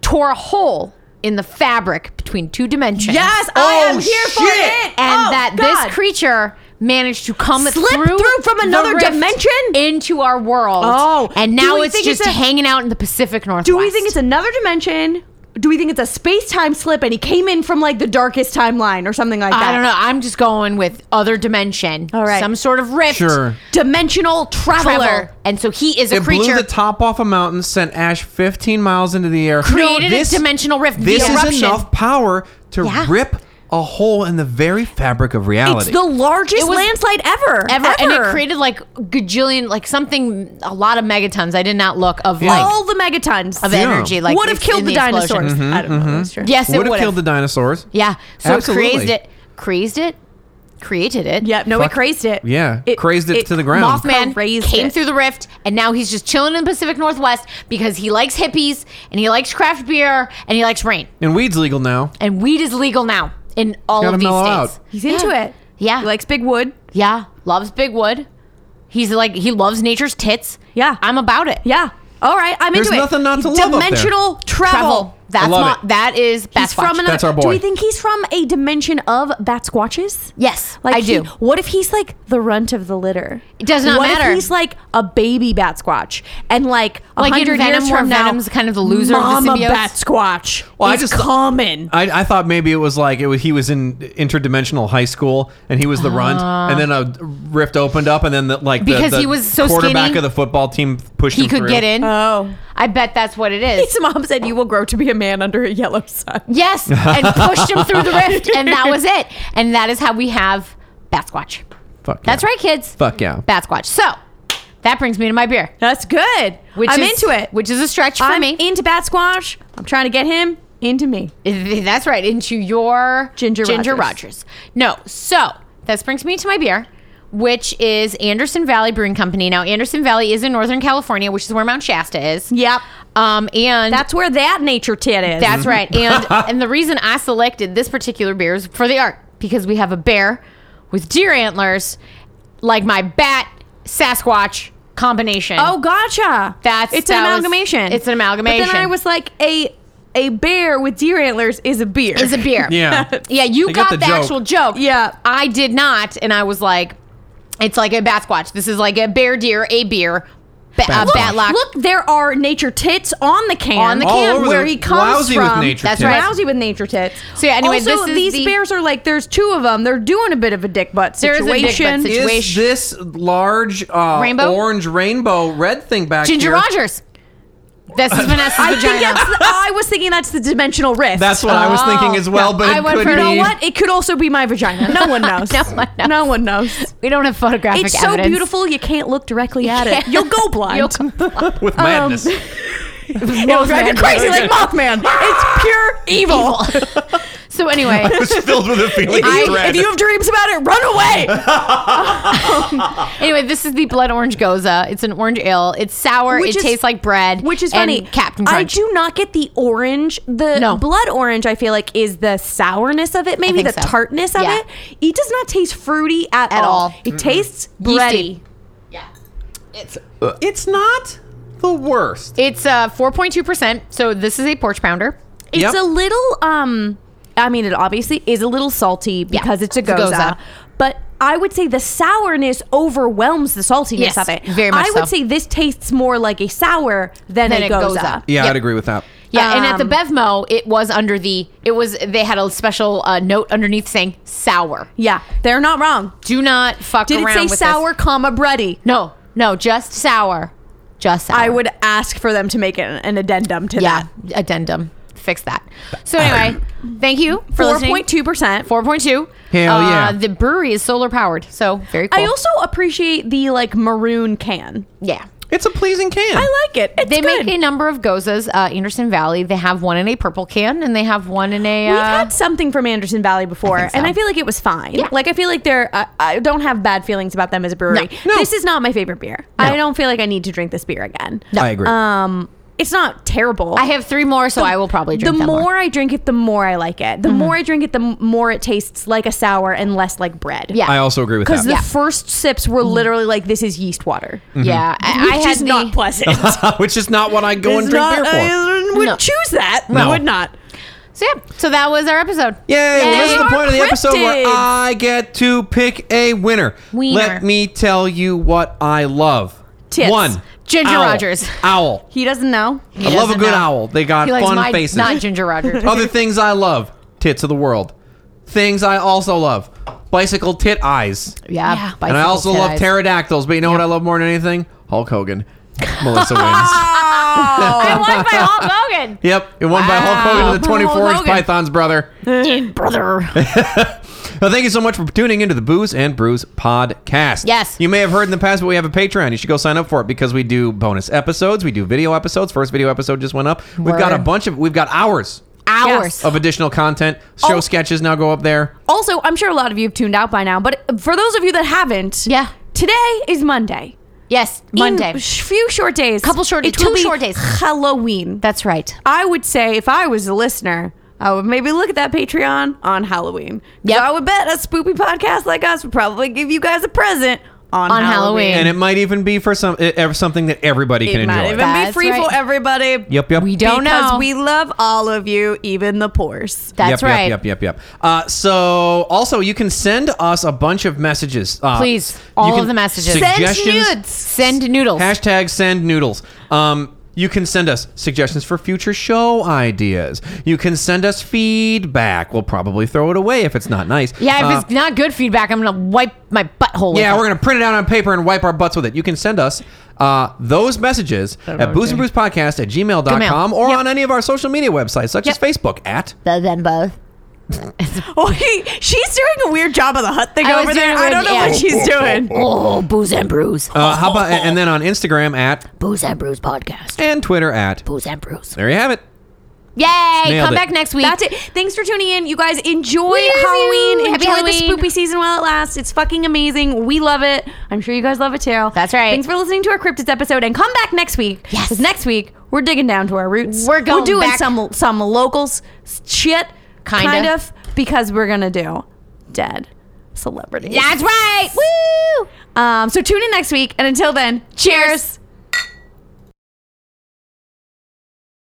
tore a hole in the fabric between two dimensions.
Yes, I am
Oh,
here for
shit.
it.
and
Oh,
that
God.
this creature managed to come
Slip
through,
through from
the
another
rift
dimension?
into our world.
Oh,
and
do
now
we
it's
think it's
just
a-
hanging out in the Pacific Northwest.
Do we think it's another dimension? Do we think it's a space time slip and he came in from like the darkest timeline or something like that?
I don't know. I'm just going with other dimension.
All right.
some sort of rift.
Sure.
Dimensional traveler.
travel. And so he is a
It
creature.
blew the top off a mountain, sent ash 15 miles into the air.
Created a dimensional rift, the
This is
eruption.
enough power to
Yeah.
rip a hole in the very fabric of
It's
reality.
the largest
It was-
landslide ever.
ever, and it created like gajillion, like something, a lot of megatons. I did not look of like
all the megatons
of
Yeah. Mm-hmm.
energy. Like
would have
it's
killed
in
the,
explosion.
dinosaurs. I don't know. That's true.
Yes, it
would have
would
killed the
have.
dinosaurs.
Yeah. So
Absolutely.
it crazed it, crazed it, created it.
Yeah. No,
Fuck.
it crazed it.
Yeah, crazed it to the ground.
Mothman
Crazed
came
it.
through the rift, and now he's just chilling in the Pacific Northwest because he likes hippies and he likes craft beer and he likes rain.
And weed's legal now.
And weed is legal now in all
Gotta
of these
mellow
states.
out.
He's into
Yeah.
it.
Yeah.
He likes big wood.
Yeah, loves big wood. He's like he loves nature's tits.
Yeah.
I'm about it.
Yeah. All right. I'm
There's
into it.
nothing not to love up there.
Dimensional travel.
travel. That's
I love
not
it.
that is
He's
Bat
from
Squatch.
another.
That's our
Do we
boy.
think he's from a dimension of bat squatches?
yes,
Like
I
he-
do.
what if he's like the runt of the litter?
It does not
what
matter.
If he's like a baby bat squatch, and like a
Like in
hundred
Venom,
years
where
from now,
Venom's kind of the loser of the
Mama
symbiotes?
bat squatch.
Well, I
is
just-
common.
I, I thought maybe it was like it was, he was in interdimensional high school and he was the runt, and then a rift opened up, and then the, like the-
Because
the
he was so
quarterback
skinny,
of the football team pushed
he
him
could
through.
get in.
oh,
I bet that's what it is.
his mom said you will grow to be a man under a yellow sun.
yes, and pushed him through the rift, and that was it. And that is how we have Bat Squatch.
Fuck
That's
yeah.
right, kids.
Fuck yeah.
Bat Squatch. So that brings me to my beer,
That's good.
which
I'm
is-
into it.
which is a stretch for
I'm
me.
into bat squash. I'm trying to get him into me.
That's right, into your
Ginger Rogers.
Rogers. No, so this brings me to my beer, which is Anderson Valley Brewing Company. Now, Anderson Valley is in Northern California, which is where Mount Shasta is.
Yep.
Um, and
That's where that nature tit is.
that's right. And and the reason I selected this particular beer is for the art because we have a bear with deer antlers, like my bat Sasquatch combination.
Oh, gotcha.
That's-
it's an
that was-
amalgamation.
it's an
But
amalgamation.
then I was like, a a bear with deer antlers is a beer.
is a beer.
Yeah.
Yeah, you
They
got,
got
the,
the joke.
actual joke.
Yeah.
I did not, and I was like, it's like a bat squatch. This is like a bear deer, a beer, ba- a
Bat
bat
squatch.
lock.
Look, there are nature tits on the can.
On the
All
can
over
where
the-
he comes
lousy
from.
With nature
That's
tits.
right.
Lousy with nature tits.
So yeah, anyway,
also,
this is
these
the-
bears are like, there's two of them. They're doing a bit of a dick butt
There is a
situation.
dick butt situ-
Is
situation.
this large uh,
Rainbow?
orange rainbow red thing back
Ginger
here?
Rogers. This is Vanessa's
I think
vagina.
that's. The, I was thinking that's the dimensional rift.
That's what I was
Oh.
thinking as well,
No,
but
I oh,
it
went
could
for-
be.
You know
You know what? It could also be my vagina. No one knows.
No one knows.
No one knows.
we don't have photographic
It's so
evidence.
beautiful you can't look directly at it.
can't.
You'll go blind.
You'll go
With
Um,
madness.
It'll drive you crazy like Mothman. It's pure evil.
So anyway,
was filled with a feeling
I-
of dread.
if you have dreams about it, run away.
anyway, this is the blood orange goza. It's an orange ale. It's sour.
Which
it
is-
tastes like bread.
Which is
and
funny.
Captain
I
Crunch.
do not get the orange. The
No.
blood orange, I feel like, is the sourness of it, maybe
think
the
so.
tartness of
Yeah.
it. It does not taste fruity at,
At all.
It tastes bready.
Yeasty. Yeah. It's
it's not the worst.
it's uh 4.2%. So this is a porch pounder.
It's
Yep.
a little um I mean it obviously is a little salty because it's a
it's a
goza,
goza.
But I would say the sourness overwhelms the saltiness
Yes,
of it.
very much
I would
so.
say this tastes more like a sour than,
Than
a
a
goza.
goza.
Yeah,
Yeah.
I'd agree with that.
Yeah, and at the
Um,
Bevmo, it was under the it was they had a special uh, note underneath saying sour.
Yeah, they're not wrong.
Do not fuck
Did it
around
say
with this.
sour, comma bready?
No, no, just sour. Just sour.
I would ask for them to make an, an addendum to
yeah addendum fix that. So anyway, thank you for
that.
listening.
4.2%.
Four point two. Uh,
Hell yeah.
The brewery is solar powered, so very cool.
I also appreciate the like maroon can.
yeah.
It's a pleasing can.
I like it. It's
They
good.
make a number of gozas. Uh, Anderson Valley. They have one in a purple can, and they have one in a.
We've
uh,
had something from Anderson Valley before,
think so.
and I feel like it was fine.
Yeah.
Like I feel like they're. I I don't have bad feelings about them as a brewery.
No.
This is not my favorite beer. I don't feel like I need to drink this beer again.
I agree.
Um, it's not terrible.
I have three more, so I will probably drink Mm-hmm.
the
them
more I drink it, the more I like it. The more I drink it, the m- more it tastes like a sour and less like bread.
Yeah. Mm-hmm.
I also agree with
Because
that.
the first sips were literally like, this is yeast water.
Yeah, I, I
Which
had
is
the,
not pleasant.
Which is not what I go and
It's
drink
not-
beer for.
I would
No.
choose that.
No.
I would not.
So yeah, so that was our episode.
Yay! Well, this is the
Yay.
point of the episode where
Cryptids.
I get to pick a winner.
Wiener.
Let me tell you what I love.
Tits.
One.
Ginger
owl.
Rogers.
Owl.
He doesn't know.
He
I love a
doesn't
good
know.
owl. They got
He likes
fun
my-
faces.
Not Ginger Oh, Rogers.
Other things I love. Tits of the world. Things I also love. Bicycle tit eyes.
yeah,
and I
bicycle
also love
tit eyes.
pterodactyls, but you know what I love more than anything? Hulk Hogan. Melissa wins.
I won by Hulk Hogan.
Yep, it won by Hulk Hogan and the 24 inch
Hogan.
Pythons, brother.
brother.
Well, thank you so much for tuning into the Booze and Brews podcast.
Yes.
You may have heard in the past, but we have a Patreon. You should go sign up for it because we do bonus episodes. We do video episodes. First video episode just went up. We've got a
Word.
bunch of, we've got hours
Hours.
of additional content. Show
Oh.
sketches now go up there.
Also, I'm sure a lot of you have tuned out by now, but for those of you that haven't,
Yeah.
today is Monday.
Yes, Monday.
In sh- few short days.
Couple short-
It
two
will be
short days.
Halloween.
That's right.
I would say if I was a listener, I would maybe look at that Patreon on Halloween.
Yep.
Yeah, I would bet a spoopy podcast like us would probably give you guys a present on,
On Halloween.
And it might even be for some eh, eh, something that everybody can
It might
enjoy.
even
That's
be free
right.
for everybody.
Yep, yep.
We don't
because
know.
we love all of you, even the poor's.
That's
yep,
right.
Yep, yep, yep, yep. Uh, so, also, you can send us a bunch of messages. Uh,
Please,
you
all
can-
of the messages. Send
suggestions,
Send noodles.
Hashtag send noodles. Um, you can send us suggestions for future show ideas. You can send us feedback. We'll probably throw it away if it's not nice.
yeah, if
Uh,
it's not good feedback, I'm gonna wipe my butthole. with
yeah,
it.
we're gonna print it out on paper and wipe our butts with it. You can send us uh, those messages at booze and brews podcast at gmail.com
Gmail.
or on any of our social media websites such as Facebook at
But then both.
Oh, he, she's doing a weird job of the hut thing
I was
over
doing
there.
a
I
weird-
don't know
yeah.
what she's doing.
Oh, booze and brews.
uh, how about and then on Instagram at
booze and brews podcast.
and Twitter at
Booze and brews.
There you have it.
Yay!
Nailed
Come
it.
back next week.
That's it. Thanks for tuning in. You guys enjoy
We love
Halloween.
you. Happy
Enjoy
Halloween.
the spoopy season while it lasts. It's fucking amazing. We love it. I'm sure you guys love it too.
That's right.
Thanks for listening to our cryptids episode and come back next week. Yes. Because next week we're digging down to our roots.
We're going
We're doing
back-
some some locals shit.
Kinda.
Kind of. Because we're gonna do dead celebrities.
That's right. Woo!
Um, so tune in next week, and until then, cheers.